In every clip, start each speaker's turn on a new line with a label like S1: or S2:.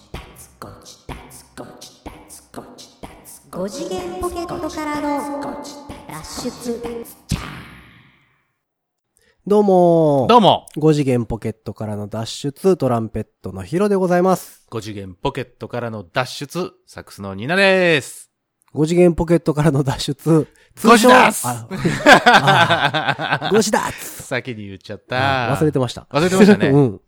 S1: ゴチダツゴチダツゴチダツ5次元ポケットからの脱出
S2: どうも
S3: どうも、
S2: う5次元ポケットからの脱出、トランペットのヒロでございます。
S3: 5次元ポケットからの脱出、サックスのニナです。
S2: 5次元ポケットからの脱出、
S3: ゴジダス
S2: あ
S3: 先
S2: ゴジダス
S3: に言っちゃった。
S2: 忘れてました。
S3: 忘れてましたね
S2: うん。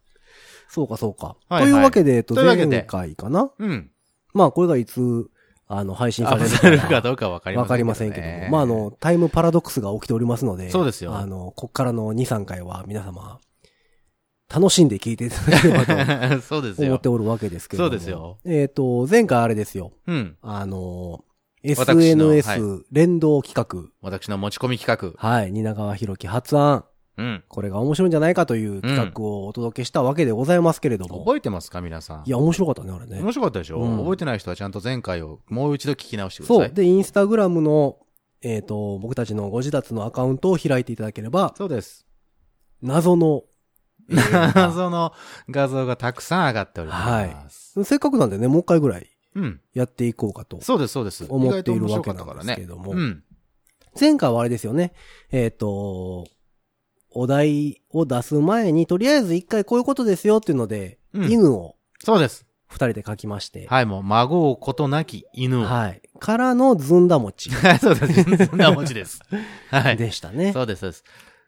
S2: そうか、そうか。
S3: はいはい
S2: というわけで、えっと、
S3: というわけで
S2: 前回かな
S3: うん。
S2: まあ、これがいつ、あの、配信さ
S3: あ
S2: れる
S3: される
S2: か
S3: かどうかわかり ません。
S2: わかりませんけども。まあ、あ、の、タイムパラドックスが起きておりますので。
S3: そうですよ
S2: あの、こっからの2、3回は皆様、楽しんで聞いていただければと
S3: そうです
S2: 思っ
S3: よ
S2: て。おるわけですけれども。
S3: そうですよ。
S2: えっと、前回あれですよ。
S3: うん。
S2: あの、
S3: 私の
S2: SNS 連動企
S3: 私の持ち込み企
S2: 画。はい。蜷川博樹発案。
S3: 画。うん。
S2: これが面白いんじゃないかという企画をお届けしたわけでございますけれども。
S3: 覚えてますか皆さん。
S2: いや、面白かったね、あれね
S3: 面。白かったでしょ
S2: うん
S3: 覚えてない人はちゃんと前回をもう一度聞き直してくだ
S2: そ
S3: さ
S2: う。
S3: い。
S2: で、インスタグラムの、えっと、僕たちのご自立のアカウントを開いていただければ、
S3: そうです。
S2: 謎の、えー
S3: 謎の画像がたくさん上がっております。
S2: せっかくなんでね、もう一回ぐらい
S3: うん。
S2: やっていこうかと。
S3: そうです、そうです。
S2: 思っている
S3: 意外
S2: わ
S3: と面白
S2: け
S3: かっ
S2: な
S3: たか
S2: ん
S3: ら
S2: です
S3: ね
S2: けども。
S3: うん。
S2: 前回はあれですよね。えっ、と、お題を出す前に、とりあえず一回こういうことですよっていうので、
S3: うん
S2: 犬を
S3: そうです。
S2: 二人で書きまして、
S3: はい、もう、孫をことなき犬を。は
S2: はい。からのずんだ餅
S3: い、そうです。そんな文 字です。はい。
S2: でしたね。
S3: そうです、そうです。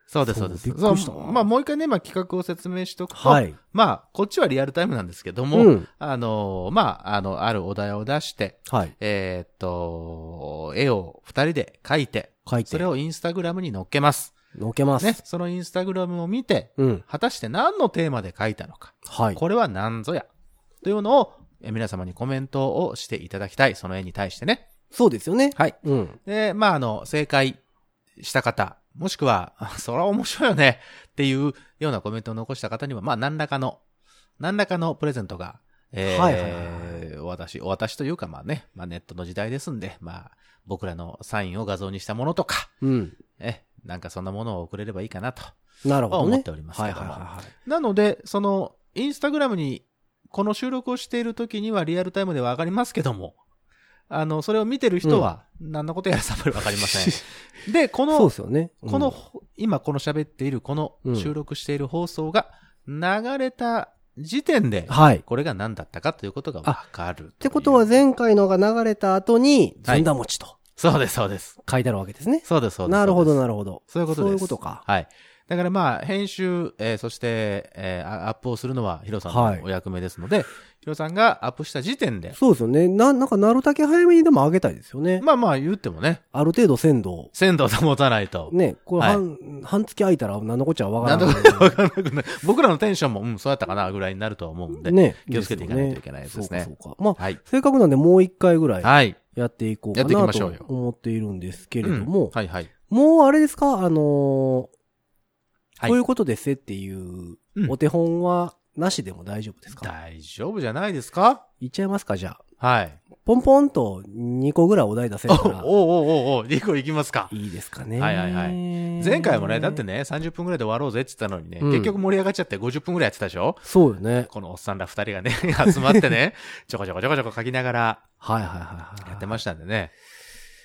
S3: そうです、
S2: そ
S3: そううです。
S2: びっくりした
S3: そうまあ、もう一回ね、まあ、企画を説明しとくと、
S2: はい。
S3: まあ、こっちはリアルタイムなんですけども、
S2: うん。
S3: あのーまあ、あの、あるお題を出して、
S2: はい。
S3: えーっと、絵を二人で描いて、
S2: 書いて
S3: それ、をインスタグラムに載っけます。
S2: のけます。
S3: ね、そのインスタグラムを見て、
S2: うん。
S3: 果たして何のテーマで描いたのか、
S2: はい。
S3: これは何ぞや、というのを、え皆様にコメントをしていただきたい、その絵に対してね。
S2: そうですよね。
S3: はい。
S2: うん。
S3: で、まあ、あの、正解した方、もしくは、あそら面白いよね、っていうようなコメントを残した方には、まあ、何らかの、何らかのプレゼントが、えー
S2: はいはいはい
S3: お渡し、お渡しというか、まあね、まあネットの時代ですんで、まあ、僕らのサインを画像にしたものとか、
S2: うん。
S3: え、なんかそんなものを送れればいいかなと、
S2: なるほ
S3: は
S2: ど
S3: 思っ
S2: ね
S3: て。おります
S2: は
S3: け
S2: い
S3: ど
S2: はい
S3: も。
S2: は
S3: なので、その、インスタグラムに、この収録をしている時にはリアルタイムでは上がりますけども、あの、それを見てる人は、何のことやらさっぱりわかり ません。で、こ
S2: い。そう
S3: の
S2: で、すよね。うん
S3: この、、今この喋っている、この
S2: うん
S3: 収録している放送が流れた時点で、
S2: はい。っ
S3: これが何だったかということがわかる。って
S2: ことは、前回のが流れた後に、ず
S3: はい
S2: んだ餅と
S3: そうです、そうです。
S2: 書いてあるわけですね。
S3: そうです、そうです。
S2: なるほど、
S3: そうです
S2: なるほど。
S3: そういうことで
S2: そ
S3: す。
S2: ういうことか。
S3: はい。だからまあ、編集、えーそして、えーあアップをするのはヒロさん
S2: はい
S3: のお役目ですので、ヒロさんがアップした時点で、
S2: そうですよね。な、なんか、なるだけ早めにでも上げたいですよね。
S3: まあまあ言ってもね、
S2: ある程度鮮度を。
S3: 鮮度を保たないと。
S2: ね、これ
S3: はい
S2: 半、半月空いたら何のこっちゃわから
S3: なんと
S2: な
S3: か
S2: い。
S3: わからなくなる。僕らのテンションも、うん、そうやったかな、ぐらいになるとは思うんで。
S2: ね。
S3: 気をつけていかないといけないですね
S2: そうか、そうか。まあ、
S3: はい。
S2: せっかくなんでもう一回ぐらい
S3: はい。
S2: やっていこうか
S3: やっていき
S2: な
S3: ましょう
S2: と
S3: よ
S2: 思っているんですけ
S3: け
S2: れども、
S3: はいはい。
S2: もうあれですかあのー
S3: はい
S2: こういうことですっていう
S3: うん
S2: お手本はなしでも大丈夫ですか、
S3: 大丈夫じゃないですか
S2: いっちゃいますかじゃあ。
S3: はい。
S2: ポンポンと2個ぐらいお題出せ
S3: お
S2: る
S3: お
S2: から、
S3: おおお、リコ行きますか。
S2: いいですかね。
S3: はいはいはい前回もね、だって。ね、30分ぐらいで終わろうぜって言ったのにね、
S2: うん
S3: 結局盛り上がっちゃって50分ぐらいやってたでしょ
S2: そうよね。
S3: このおっさんら二 人がね、集まってね、ちょこちょこちょこちょこ書きながら
S2: はいはいはいはい。
S3: やってましたんでね。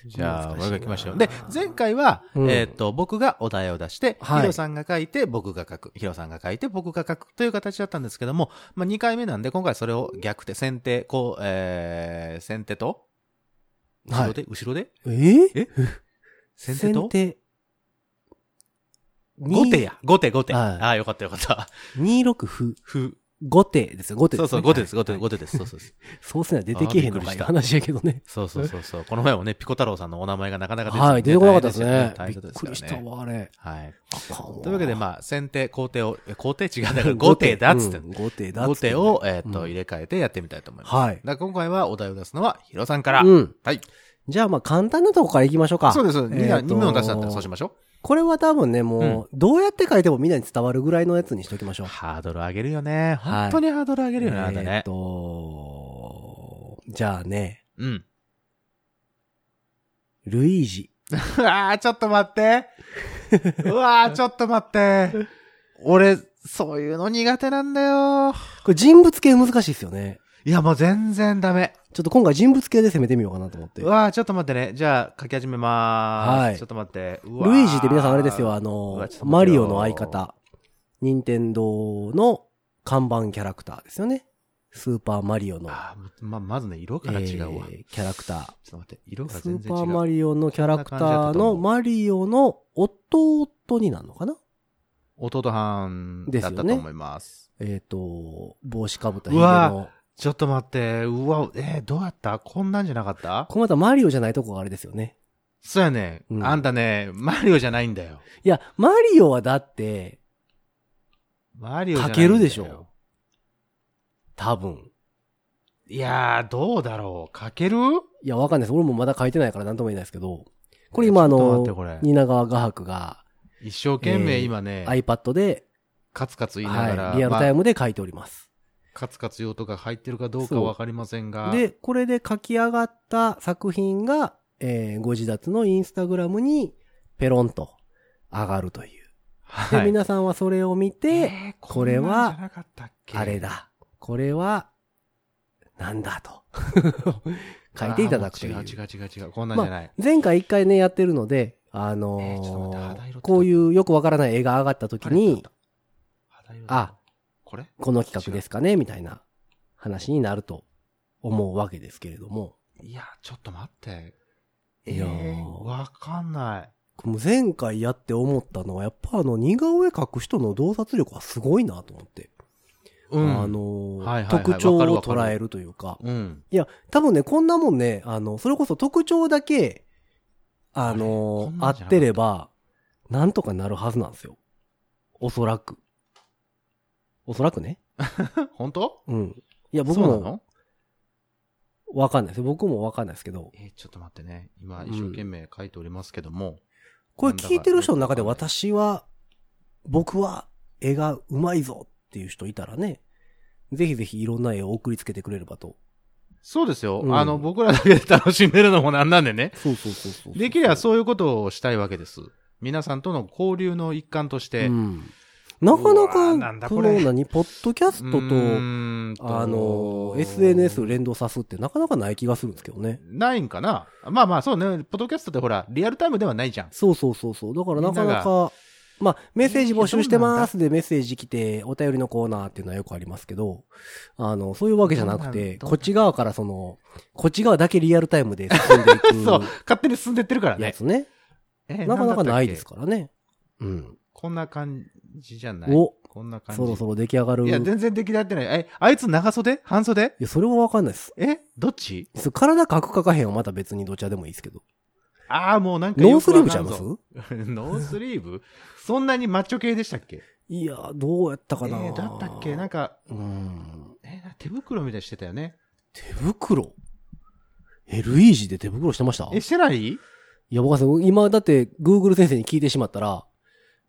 S3: じゃあ、
S2: 難しいな
S3: 僕が来ましょう。で、前回は、
S2: うん
S3: えっと、僕がお題を出して、
S2: はい
S3: ヒロさんが書いて、僕が書く。ヒロさんが書いて、僕が書くという形だったんですけども、まあ、2回目なんで、今回それを逆手、先手、こう、えー、先手と、後ろで、後ろで
S2: えー
S3: 先手と
S2: 手。
S3: 後手や。後手、後手。
S2: はい
S3: ああ、よかったよかった。
S2: 二六歩。
S3: ふ。
S2: 後手ですよ、後手です
S3: そ
S2: ね、
S3: うそう、後手です、
S2: はい
S3: 後手、後手です。そうそうです。
S2: そうすね、出てけへんのかいう話やけどね。
S3: そうそうそうそう。この前もね、ピコ太郎さんのお名前がなかなか
S2: は
S3: て
S2: い、
S3: きて
S2: 出てこなかったですね。
S3: 大
S2: びっ
S3: 変です
S2: く
S3: から
S2: り
S3: ね
S2: したわ、あれ。
S3: はい。
S2: あかんわ
S3: というわけで、まあ、先手、後手を、え後手違うん だから、後手だっつって
S2: う。ん後手だっつ
S3: 後
S2: ってね。
S3: 手を、えっと、
S2: うん
S3: 入れ替えてやってみたいと思います。
S2: はい。
S3: だから今回はお題を出すのは、ヒロさんから。
S2: うん。
S3: はい。
S2: じゃあ、まあ、簡単なとこから行きましょうか。
S3: そうです、そうです。
S2: え
S3: 2
S2: ーと
S3: 段、2問出しだったらそうしましょ
S2: これは多分ね、もう、どうやって書いてもみんなに伝わるぐらいのやつにしておきましょ
S3: う。
S2: う。
S3: ハードル上げるよね。
S2: はい
S3: 本当にハードル上げるよね、あなた
S2: えー
S3: ね
S2: っ。と、じゃあね、
S3: うん。
S2: ルイージ。
S3: うわー、ちょっと待って。うわー、ちょっと待って。俺、そういうの苦手なんだよ。
S2: これ人物系難しいですよね。
S3: いや、もう全然ダメ。
S2: ちょっと今回人物系で攻めてみようかなと思って。
S3: う
S2: ル
S3: わーちょっと待ってね。じゃあ、書き始めまーす。
S2: はい
S3: ちょっと待って。ル
S2: イージって皆さんあれですよ、あ
S3: う
S2: の
S3: わちょっ、と
S2: マ
S3: 待って
S2: リ
S3: よ
S2: オの相方、任天堂の看板キャラクターですよね。スーパーマリオの、
S3: あーま、まずね、色から
S2: え
S3: 違うわ。
S2: ーキャラクタ
S3: ちょっと待って、色
S2: ー。
S3: が
S2: ス
S3: 全然違う。
S2: ーパーマリオのキャラクタ
S3: こんな感じだっ
S2: ー
S3: たと
S2: の
S3: 思う
S2: マリオの弟になるのかな
S3: 弟半だったと思います。
S2: えっ、と、帽子かぶった
S3: う
S2: ヒゲの
S3: わ。ちょっと待って、うわ、えー、どうやったこんなんじゃなかった
S2: これまたマリオじゃないとこがあれですよね。
S3: そうやね、
S2: うん
S3: あんたね、マリオじゃないんだよ。
S2: いや、マリオはだって、
S3: マリオじゃないん
S2: かけ
S3: だよ。
S2: るでしょ。多分。
S3: いやー、どうだろう。かける
S2: いや、わかんないです。俺もまだ書いてないから何とも言えないですけど、これ今あ
S3: ちょっと待
S2: の
S3: って、これ
S2: 蜷川画伯が
S3: 一生懸
S2: え
S3: 命
S2: ー
S3: 今ね、
S2: iPad で、
S3: カツカツ言いながら、
S2: はい、リアルタイ
S3: ま
S2: ムで書いております。
S3: あカツカツ用とか入ってるかどうかはわかりませんが、
S2: で、これで書き上がった作品が、えーご自立のインスタグラムに、ペロンと上がるという。で、
S3: はい、
S2: 皆さんはそれを見て、
S3: えー
S2: これは
S3: こんなんじゃなかったっけ
S2: あれだ。これは、なんだ と。書いていただくという。
S3: あーもう違う違う違う違う。こんなんじゃない。
S2: 前回一回ね、やってるので、あ
S3: えーち
S2: の
S3: ょっと待って
S2: ー
S3: 肌色って
S2: こういうよくわからない絵が上がった時に、、
S3: 肌色だ
S2: あ、
S3: これ
S2: この企画ですかね、みたいな話になると思うわけですけれども。
S3: いや、ちょっと待って。
S2: いやー
S3: えーわかんない。
S2: もう前回やって思ったのは、やっぱあの、似顔絵描く人の洞察力はすごいなと思って。
S3: うん。
S2: あのー
S3: はいはいはい
S2: 特徴
S3: わかる
S2: を
S3: わかる
S2: 捉えるというか。
S3: うん。
S2: いや、多分ね、こんなもんね、あの、それこそ特徴だけ、あ
S3: あれこ
S2: のー合
S3: んなん
S2: っ
S3: じゃなかった
S2: てれば、なんとかなるはずなんですよ。おそらく。おそらくね。
S3: 本当
S2: うん。いや、僕
S3: そうな
S2: も、
S3: の
S2: わかんないですよ。僕もわかんないですけど、
S3: えーちょっと待ってね。今、
S2: うん
S3: 一生懸命書いておりますけども。
S2: これ聞いてる人の中で
S3: なんだか
S2: 私は、僕は絵がうまいぞっていう人いたらね、ぜひぜひいろんな絵を送りつけてくれればと。
S3: そうですよ。
S2: うん
S3: あの、僕らだけで楽しんでるのもなんなんでね。
S2: そうそうそうそう
S3: できれば
S2: う
S3: そういうことをしたいわけです。皆さんとの交流の一環として。
S2: うん。なかな
S3: うわなん
S2: か、
S3: だ
S2: こ
S3: こ
S2: の
S3: れ
S2: 何、ポッドキャスト
S3: う
S2: と、
S3: ーんと
S2: あの、SNS 連動さすってなかなかない気がするんですけどね。
S3: ないんかなまあまあ、そうね。ポッドキャストってほら、リアルタイムではないじゃん。
S2: そうそうそうそう。だからなかな
S3: みん
S2: か、まあ、メッセージ募集してま
S3: え
S2: すでメッセージ来て、お便りのコーナーっていうのはよくありますけど、あの、そういうわけじゃなくて、
S3: どんな
S2: こっち側からその、こっち側だけリアルタイムで進んでい
S3: そう。
S2: く
S3: 勝手に進んでってるから
S2: や
S3: ね。
S2: つね。
S3: えー
S2: なかなかないです
S3: んだったっ
S2: からね。うん。
S3: けこんな感じじゃない。
S2: お、
S3: こんな感じ。
S2: そろそろ出来上がる。
S3: い
S2: い
S3: や、全然出来立ってない。え、あいつ長袖半袖
S2: や、それはわかんないです。
S3: えどっち
S2: そう体かくかかへんはまた別にどちらでもいいですけど。
S3: ああ、もうなんか
S2: ノ
S3: よ
S2: ース
S3: く
S2: リー
S3: わ
S2: ブちゃ
S3: か
S2: い
S3: ん
S2: ま
S3: ぞ
S2: す
S3: ノースリーブそんなにマッチョ系でしたっけ
S2: いや、どうやったかな、
S3: えーだったっけなん
S2: か。う
S3: か、
S2: ん。
S3: えー手袋みたいにしてたよね。
S2: 手袋え、ルイージで手袋してました
S3: え、してない
S2: いや、僕はその今だって、Google 先生に聞いてしまったら、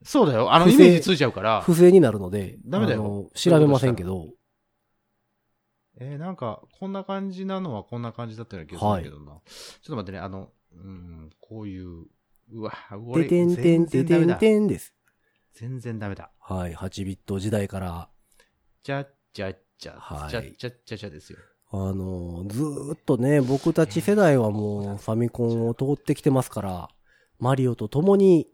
S3: そうだよ。あの、
S2: 不
S3: イ
S2: 正
S3: メージついちゃうから。
S2: 不正になるので、
S3: ダメだよ
S2: あの調べませんけど、
S3: えーなんか、こんな感じなのはこんな感じだったような気がするけどな。ちょっと待ってね、あの、うん、こういう、うわ、俺、
S2: ててんてんて
S3: 全然
S2: て
S3: ダメ
S2: ん
S3: だ。
S2: てんです。
S3: 全然ダメだ。
S2: はい、8ビット時代から、
S3: じゃっじゃっじゃ、
S2: はい
S3: じゃっじゃっじゃじゃですよ。
S2: あのー、ずーっとね、僕たち世代はもうファミコンを通ってきてますから、マリオと共に、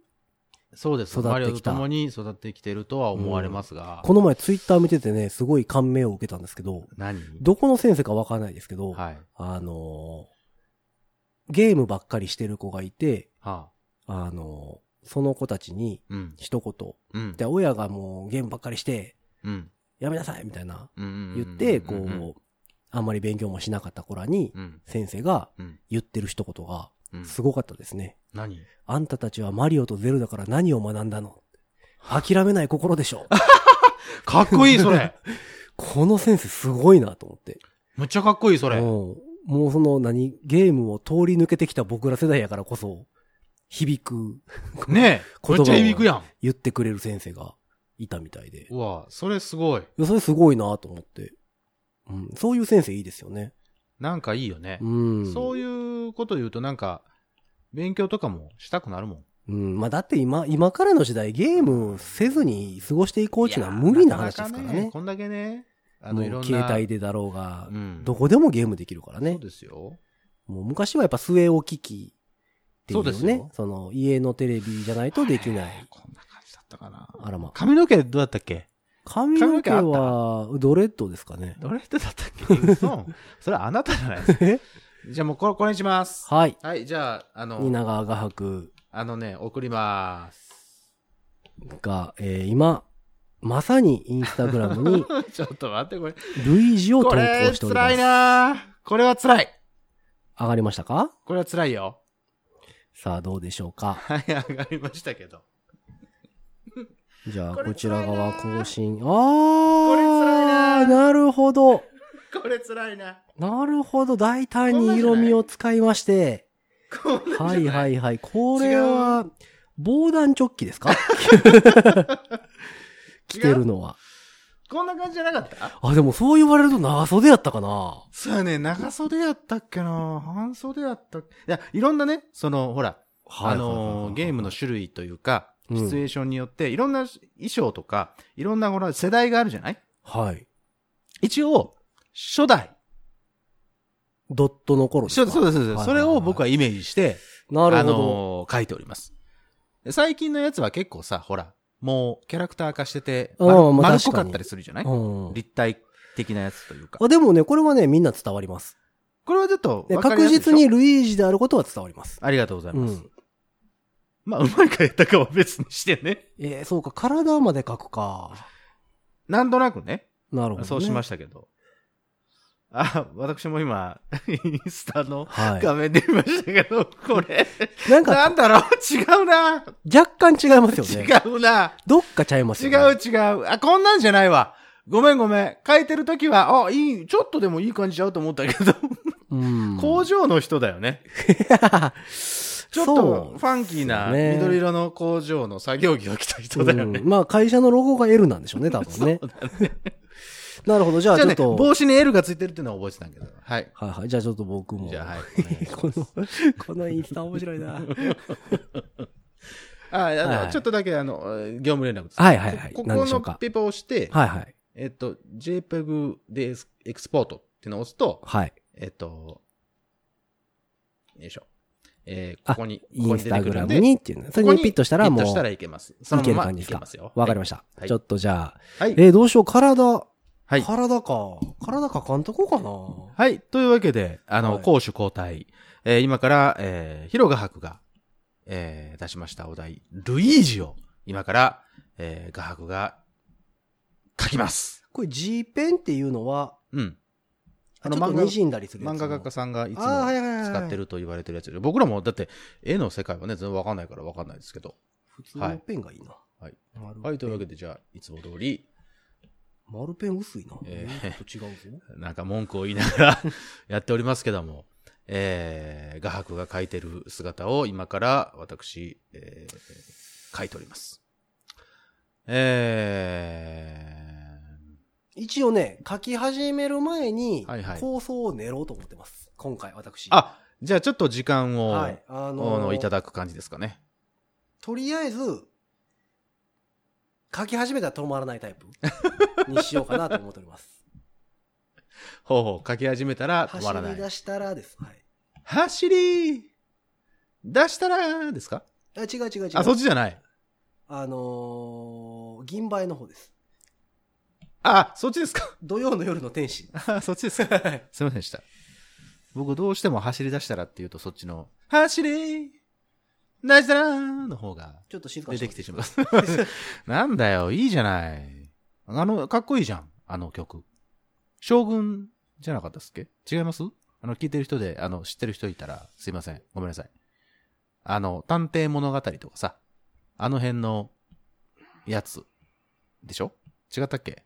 S3: そうです。
S2: 育ってきた
S3: マリオと共に育ってきてるとは思われますが。
S2: この前ツイッター見ててね、すごい感銘を受けたんですけど、
S3: 何
S2: どこの先生かわかんないですけど、
S3: はい。は
S2: あのー、ゲームばっかりしてる子がいて、
S3: あ、
S2: あのー、その子たちに
S3: うん。
S2: 一言、
S3: うん。
S2: で、親がもうゲームばっかりして、
S3: うん。
S2: やめなさいみたいな
S3: うん。
S2: 言って、こ
S3: うん。
S2: う、あんまり勉強もしなかった子らに、
S3: うん。
S2: 先生が
S3: うん。
S2: 言ってる一言が、
S3: うん。
S2: すごかったですね。
S3: 何
S2: あんたたちはマリオとゼルダから何を学んだの諦めない心でしょ。
S3: かっこいい、それ
S2: この先生すごいなと思って。
S3: むっちゃかっこいい、それ
S2: うんもうその何、ゲームを通り抜けてきた僕ら世代やからこそ、響く、
S3: ねえ。
S2: 言葉
S3: めっ
S2: を
S3: ちゃ響くやん。
S2: 言ってくれる先生がいたみたいで。いう
S3: わ、それすごい。
S2: やそれすごいなと思って。うん、そういう先生いいですよね。
S3: なんかいいよね。
S2: うん。
S3: そういうこと言うとなんか、勉強とかもしたくなるもん。
S2: うん、まあだって今、今からの時代ゲームせずに過ごしていこうっていうのは無理な話ですから
S3: いやな
S2: ね
S3: かな。こんだけね、
S2: も
S3: あの、
S2: う
S3: いろんな。
S2: 携帯でだろうが、
S3: うん
S2: どこでもゲームできるから
S3: そ
S2: ね
S3: う。ですよ。
S2: もう昔はやっぱ据え置き機っていう
S3: そうです
S2: ね
S3: よ。
S2: その家のテレビじゃないとできな
S3: えー
S2: い。
S3: こんな感じだったかな。
S2: あらま。
S3: 髪の毛どうだったっけ
S2: 髪の毛
S3: 髪の毛
S2: はドレッドですかね。
S3: どれだったっけ嘘それはあなたじゃないですか
S2: え
S3: じゃあもうこれ、これにします。
S2: はい。
S3: はい、じゃあ、あの、
S2: 蜷川画伯
S3: あのね、送ります。
S2: が、えー今、まさにインスタグラムに
S3: ちょっと待って、これ。
S2: 類似を投
S3: こ
S2: 稿
S3: れ、
S2: しておりま
S3: 辛
S2: す。
S3: いなこれは辛い。
S2: 上がりましたか
S3: これは辛いよ。
S2: さあどうでしょうか。
S3: はい、上がりましたけど。
S2: じゃあ
S3: これ
S2: こちら側
S3: 辛いな
S2: 更新。あ
S3: これ辛
S2: ー
S3: いな
S2: なるほど。
S3: これ辛いな。
S2: なるほど。大胆に色味を使いまして。
S3: こんな
S2: はいはいはい。これは、防弾チョッキ ですか着てるのは。
S3: こんな感じじゃなかった
S2: あ、でもそう言われると長袖やったかな
S3: そうやね、長袖やったっけな半袖やったっけいや、いろんなね、その、ほら、あのーゲームの種類というか、
S2: うん
S3: シチュエーションによって、いろんな衣装とか、いろんなほら、世代があるじゃない
S2: はい。
S3: 一応、初代。
S2: ドットの頃です
S3: そう
S2: か
S3: そうですそうで
S2: はいは
S3: す、
S2: いはい
S3: それを僕はイメージして、
S2: なる
S3: あ
S2: ほど。
S3: のー書いております。で最近のやつは結構さ、ほら、もうキャラクター化してて、
S2: あー
S3: 丸
S2: まあ
S3: 丸っ
S2: 確
S3: こ
S2: か
S3: か
S2: に
S3: ったりするじゃない、
S2: うん
S3: 立体的なやつというか。
S2: あでもね、これはね、みんな伝わります。
S3: これはちょっと
S2: で
S3: わかり
S2: 確
S3: やすいでしょ
S2: 実に。ルイージであることは伝わります。
S3: ありがとうございうます。
S2: ん。
S3: まあ、うまいかやったかは別にしてね。
S2: えーそうか、体まで書くか。
S3: なんとなくね、
S2: なるほど、ね。
S3: そうしま
S2: し
S3: したけど。あ、私も今、 インスタの
S2: た。は
S3: 画面で見ましたけど、これ、
S2: い。なんか、
S3: なんだろう違うな
S2: 若干違いますよね。
S3: 違うな
S2: どっかちゃいます
S3: 違
S2: よね。
S3: う違う。あ、こんなんじゃないわ。ごめんごめん。書いてるときは、あ、いい、ちょっとでもいい感じちゃうと思ったけど、
S2: う。うん。
S3: 工場の人だよね。ちょっ
S2: そう
S3: と、ファンキーな、
S2: ね
S3: 緑色の工場の作業着を着た人だよ ね。
S2: うんまあ会社のロゴが L なんでしょうね、多分ね。なるほど、じゃあ
S3: じ
S2: ちょ
S3: ゃあ
S2: っ
S3: ね、
S2: と。
S3: 帽子に L がついてるっていうのは覚えてたんだけど。はい。
S2: はいはい、じゃあちょっと僕も。
S3: じゃあ、はい。
S2: この、このインスタ面白 いな。はい
S3: あ、あの
S2: はい
S3: ちょっとだけ、あの、業務連絡です。
S2: はいはい。
S3: ここ
S2: 何で
S3: こ
S2: しょ
S3: の
S2: うか。
S3: ペーパーを押して、
S2: はいはい。
S3: えっと、JPEG でエクスポートっていうのを押すと、
S2: はい。
S3: えっと、よいしょ。えー
S2: あ
S3: ここに、こ
S2: イ
S3: こ
S2: ン
S3: に
S2: ス
S3: 出
S2: タ
S3: て
S2: グ
S3: くる
S2: ラ
S3: ん
S2: ム
S3: で、
S2: にっていうの。それにピッとしたらもう、
S3: ヒットしたら
S2: い
S3: いけます。その
S2: け
S3: ま
S2: る
S3: ま
S2: 感
S3: い
S2: じです
S3: け
S2: か
S3: ますよ。。
S2: わかり
S3: ま
S2: ました
S3: は。い
S2: ちょっとじゃあ、
S3: はい。
S2: えー、どうしよう、体。
S3: はい。
S2: 体か。体かかんとこかな。
S3: はい。というわけで、あの、
S2: はい
S3: 攻守交代。えー今から、えー、ヒロガハクが、えー出しましたお題、ルイージを、今から、えー、ガハクが、書きます。
S2: これ G ペンっていうのは、
S3: うん。
S2: あ
S3: あの
S2: の、ちょっと
S3: 漫画
S2: 滲んだりするやつ
S3: 漫
S2: の
S3: 画学家さんがいつも
S2: あーはいはいはいはい
S3: 使ってると言われてるやつで、僕らもだって、絵の世界はね、全然わかんないからわかんないですけど。
S2: 普通のペンがいいな。
S3: はい。
S2: 丸ペン
S3: はい。というわけで、じゃあ、いつも通り、
S2: 丸ペン薄いな。
S3: えー
S2: ちょっと違うぞ。
S3: なんか文句を言いながら やっておりますけども、えー、画伯が描いてる姿を今から私、えー、描いております。え
S2: 一応ね、書き始める前に
S3: はいはい、
S2: 構想を練ろうと思ってます。今回、私。
S3: ー、あ、じゃあちょっと時間を、
S2: はい。あ
S3: あ
S2: の
S3: の
S2: ー
S3: いただく感じですかね。
S2: とりあえず、書き始めたら止まらないタイプにしようかなと思っております。
S3: ほうほう、描き始めた ら止
S2: 走
S3: まらな
S2: り出
S3: い。
S2: したらです。はい。
S3: 走り出したらですか
S2: あ、違う違う違う。
S3: あ、そっちじゃない。
S2: あのー、銀杯の方です。
S3: あ、そっちですか。
S2: 土曜の夜の天使。
S3: あ、そっちですか。すいませんでした。僕どうしても走り出したらっていうとそっちの、走り出したらの方が
S2: ちょっと静かに
S3: 出てき
S2: ま
S3: て
S2: す
S3: しまう。なんだよ、いいじゃない。あの、かっこいいじゃん、あの曲。将軍じゃなかったっすっけ違いますあの、聞いてる人で、あの、知ってる人いたら、すいません。ごめんなさい。あの、探偵物語とかさ、あの辺の、やつ、でしょ違ったっけ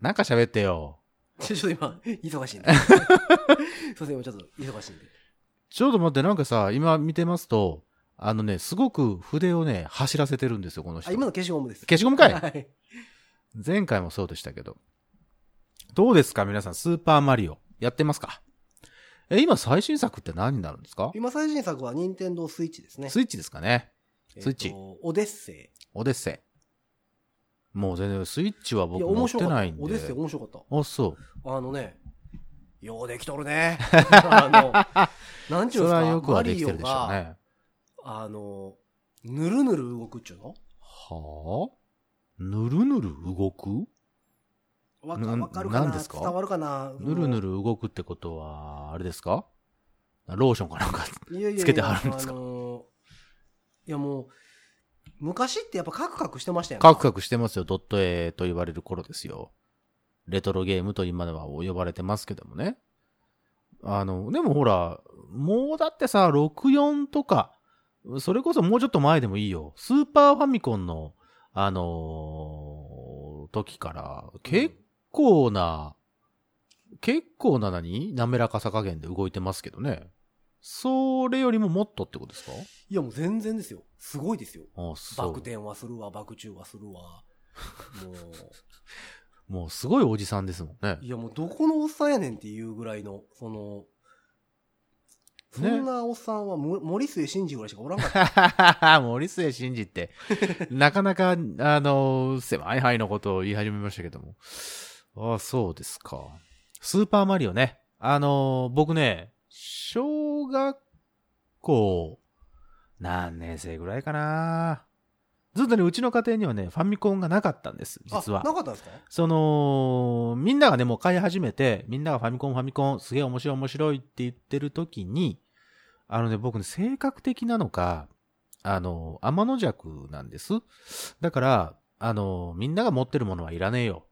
S3: なんか喋ってよ。
S2: ちょっと今、忙 しいんで。すいません、今ちょっと忙しいんで。
S3: ちょっと待って、なんかさ、今見てますと、あのね、すごく筆をね、走らせてるんですよ、この人。
S2: あ、今の消しゴムです。
S3: 消しゴムかい
S2: はい。
S3: 前回もそうでしたけど。どうですか、皆さん、スーパーマリオ、やってますかえ、今最新作って何になるんですか
S2: 今最新作は任天堂スイッチですね。
S3: スイッチですかね。
S2: えっと
S3: スイッチ
S2: オデッセイ。
S3: オデッセイ。もう全然、スイッチは僕
S2: や、
S3: 持
S2: 面
S3: っ
S2: 白
S3: て
S2: かった。
S3: ないんで。
S2: オデッセイ面白かった。
S3: あ、そう。
S2: あのね、ようできとる ね。あの、なんちゅ
S3: そう
S2: んです
S3: れは
S2: か、
S3: よくはできてるで
S2: マ
S3: し
S2: リ
S3: ょ
S2: オ
S3: う
S2: が
S3: ね。
S2: あの、ぬるぬる動くっちゅうの
S3: はあぬるぬる動く
S2: わ
S3: な
S2: かわかるかな
S3: なんですか
S2: 伝わるかな
S3: ぬるぬる動くってことは、あれですかローションかなんか。
S2: いやいやいや
S3: つけてはるんですか
S2: あのいやもう、昔ってやっぱカクカクしてましたよね。
S3: カクカクしてますよ。ドット絵と言われる頃ですよ。レトロゲームと今では呼ばれてますけどもね。あの、でもほら、もうだってさ、64とか、それこそもうちょっと前でもいいよ。スーパーファミコンの、あのー時から、結構な、結構な何滑らかさ加減で動いてますけどね。それよりももっとってことですか
S2: いやもう全然ですよ。すごいですよ。
S3: あそ
S2: バク
S3: う。
S2: 転はするわ、バク宙はするわ。もう、
S3: もうすごいおじさんですもんね。
S2: いやもうどこのおっさんやねんっていうぐらいの、その、そ
S3: ね
S2: んなおっさんはむ、森末慎二ぐらいしかおらんかった。
S3: 森末慎二って、なかなか、あの、狭い範囲のことを言い始めましたけども。ああ、そうですか。スーパーマリオね。あの、僕ね、小学校、何年生ぐらいかな。ずっとね、うちの家庭にはね、ファミコンがなかったんです、実は
S2: あ、。なかったんですか
S3: その、みんながね、もう買い始めて、みんながファミコンファミコン、すげえ面白い面白いって言ってる時に、あのね、僕ね、性格的なのか、あの、天の弱なんです。だから、あの、みんなが持ってるものはいらねえよ。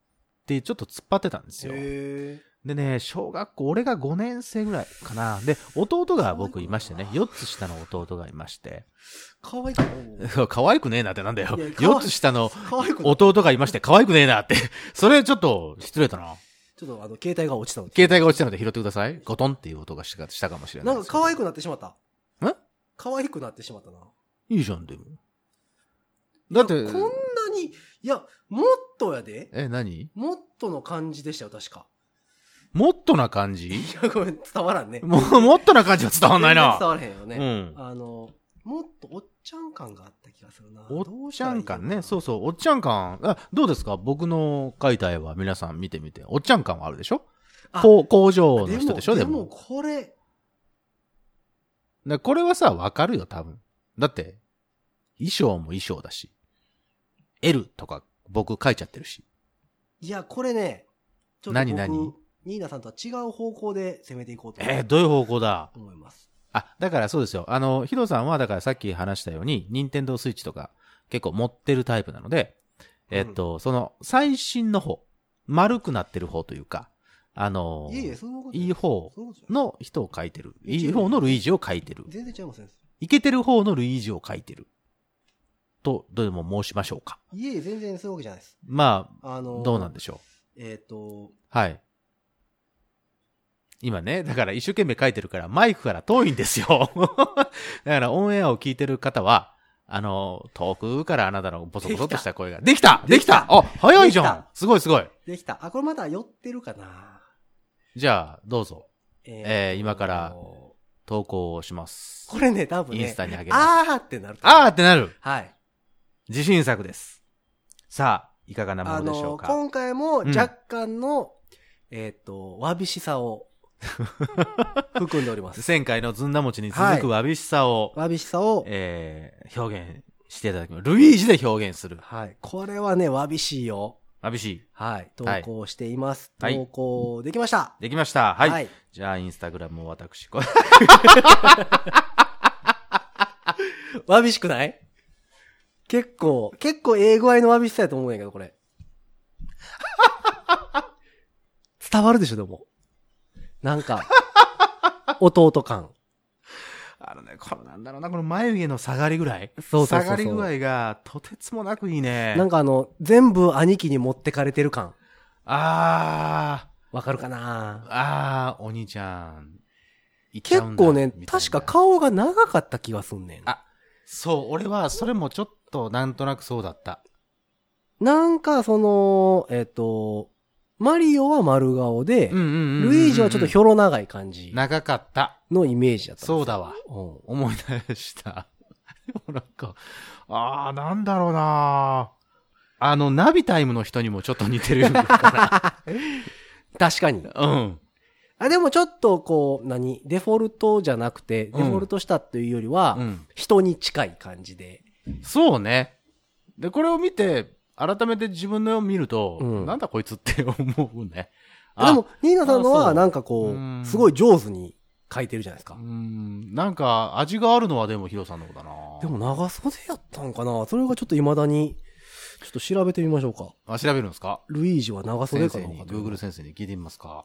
S3: って、ちょっと突っ張ってたんですよ。
S2: へ
S3: でね、小学校、俺が5年生ぐらいかな。で、弟が僕いましてね、4つ下の弟がいまして。
S2: ー。かわいくない。
S3: 可愛くねえなってなんだよ。
S2: いや可愛い
S3: 4つ下 の
S2: かわいくない。
S3: 弟がいまして、可愛くねえなって。それちょっと失礼だな。
S2: ちょっとあの、携帯が落ちたので。
S3: 携帯が落ちたので拾ってください。ゴトンっていう音がしたしたかもしれない
S2: なんか
S3: ですけど。
S2: 可愛くなってしまった。
S3: ん
S2: 可愛くなってしまったな。
S3: いいじゃん、でも。だって
S2: いや、こんなに、いや、もっとやで。
S3: え、何
S2: もっとの感じでしたよ、確か。
S3: もっとな感じ
S2: いや、ごめん、伝わらんね。
S3: もう、もっとな感じは伝わんない
S2: 全然伝
S3: な。
S2: わらへんよ
S3: う
S2: ね。
S3: ん。
S2: あの、もっとおっちゃん感があった気がするな。
S3: おっ
S2: どうし
S3: ち
S2: た
S3: ゃ
S2: らい
S3: ん
S2: いかな
S3: 感ね。そうそう、おっちゃん感。あ、どうですか僕の書いた絵は皆さん見てみて。おっちゃん感はあるでしょ
S2: あ
S3: こう工場の人でしょで
S2: でも、
S3: も。
S2: これ、
S3: でこれはさ、わかるよ、多分。だって、衣装も衣装だし。L とか僕書いちゃってるし。
S2: いや、これね、ちょっと
S3: 何
S2: 僕
S3: 何
S2: ニーナさんとは違う方向で攻めていこうと
S3: えーどういう方向だ
S2: 思います。
S3: あ、だからそうですよ。あの、ヒロさんは、だからさっき話したように、ニンテンドースイッチとか結構持ってるタイプなので、えっと、その、最新の方、丸くなってる方というか、あの、
S2: いえいえ、そういうことじゃない
S3: いい方
S2: そういうことじゃない
S3: の人を書いてる。いい方のルイージを書いてる。
S2: 全然違いますね。
S3: いけてる方のルイージを書いてる。と、どうでも申しましょうか。
S2: いえいえ、全然そういうわけじゃないです。
S3: ま
S2: あ
S3: あ、
S2: の、
S3: どうなんでしょう。
S2: えっ、と、
S3: はい。今ね、だから一生懸命書いてるから、マイクから遠いんですよ。 だからオンエアを聞いてる方は、あの、遠くからあなたのボソボソとした声が、できたで
S2: で
S3: き
S2: き
S3: た
S2: た
S3: あ、早いじゃ
S2: でき
S3: んすごいすごい。
S2: できた。あ、これまだ寄ってるかな
S3: じゃあ、どうぞ、
S2: え
S3: えー今から
S2: こ
S3: 投稿をします。
S2: れね、多分
S3: イ
S2: ね。
S3: ンスタにあげます。
S2: あーってなると思う。
S3: あーってなる
S2: はい。
S3: 自信作です。さあ、いかがなも
S2: あ
S3: のでしょう
S2: の、
S3: か、
S2: 今回も
S3: うん
S2: 若干の、えっと、わびしさ を含んでおります。
S3: 前回のずんだ餅に続くわびしさを、
S2: わびしさを、
S3: えー表現していただきます。ルイージで表現する。
S2: はい。これはね、わびしいよ。
S3: わびしい。
S2: はい。投
S3: はい
S2: 稿しています。
S3: はい
S2: 投稿できました。
S3: できました。はい。
S2: はい。
S3: じゃあ、インスタグラムを私、これ
S2: わびしくない結構、結構ええ具合のわびしさやと思うんやけど、これ。 伝わるでしょ、でも。なんか、 弟感。
S3: あのね、このなんだろうな、この眉毛の下がりぐらい。
S2: そうそうそうそう
S3: 下がり具合が、とてつもなくいいね。
S2: なんかあの、全部兄貴に持ってかれてる感。
S3: あ
S2: わかるかな
S3: ー、あー、お兄ちゃん。行っちゃう
S2: 結
S3: んだ
S2: 構ね
S3: み、たいな
S2: 確か顔が長かった気がすんねん。
S3: あそう、俺は、それもちょっと、なんとなくそうだった。
S2: なんかその、えっ、と、マリオは丸顔で、
S3: うんうんうんうんうん
S2: ルイージはちょっとひょろ長い感じ
S3: 長かった。
S2: のイメージだったんですよ
S3: そうだわ。
S2: うん
S3: 思い 出した。でもなんか、あー、なんだろうなあの、ナビタイムの人にもちょっと似てるか
S2: 確か に。
S3: ら。うん。
S2: あ、でもちょっとこう、何デフォルトじゃなくて、デフォルトしたっていうよりは、
S3: うん。
S2: 人に近い感じで。
S3: そうね。で、これを見て、改めて自分の絵を見ると、
S2: うん
S3: なんだこいつって思うね。あ
S2: でも、ニーナさんの
S3: あそ
S2: は
S3: う
S2: なんかこ
S3: うん
S2: う、すごい上手に描いてるじゃないです
S3: う
S2: か
S3: ー。ん、なんか味があるのはでもヒロさんのことだな。
S2: でも長袖やったんかなそれがちょっと未だに、ちょっと調べてみましょうか。
S3: あ、調べるんですか
S2: ルイージは長袖
S3: 先
S2: か
S3: 生
S2: どう
S3: に、
S2: かという
S3: Google 先生に聞いてみますか。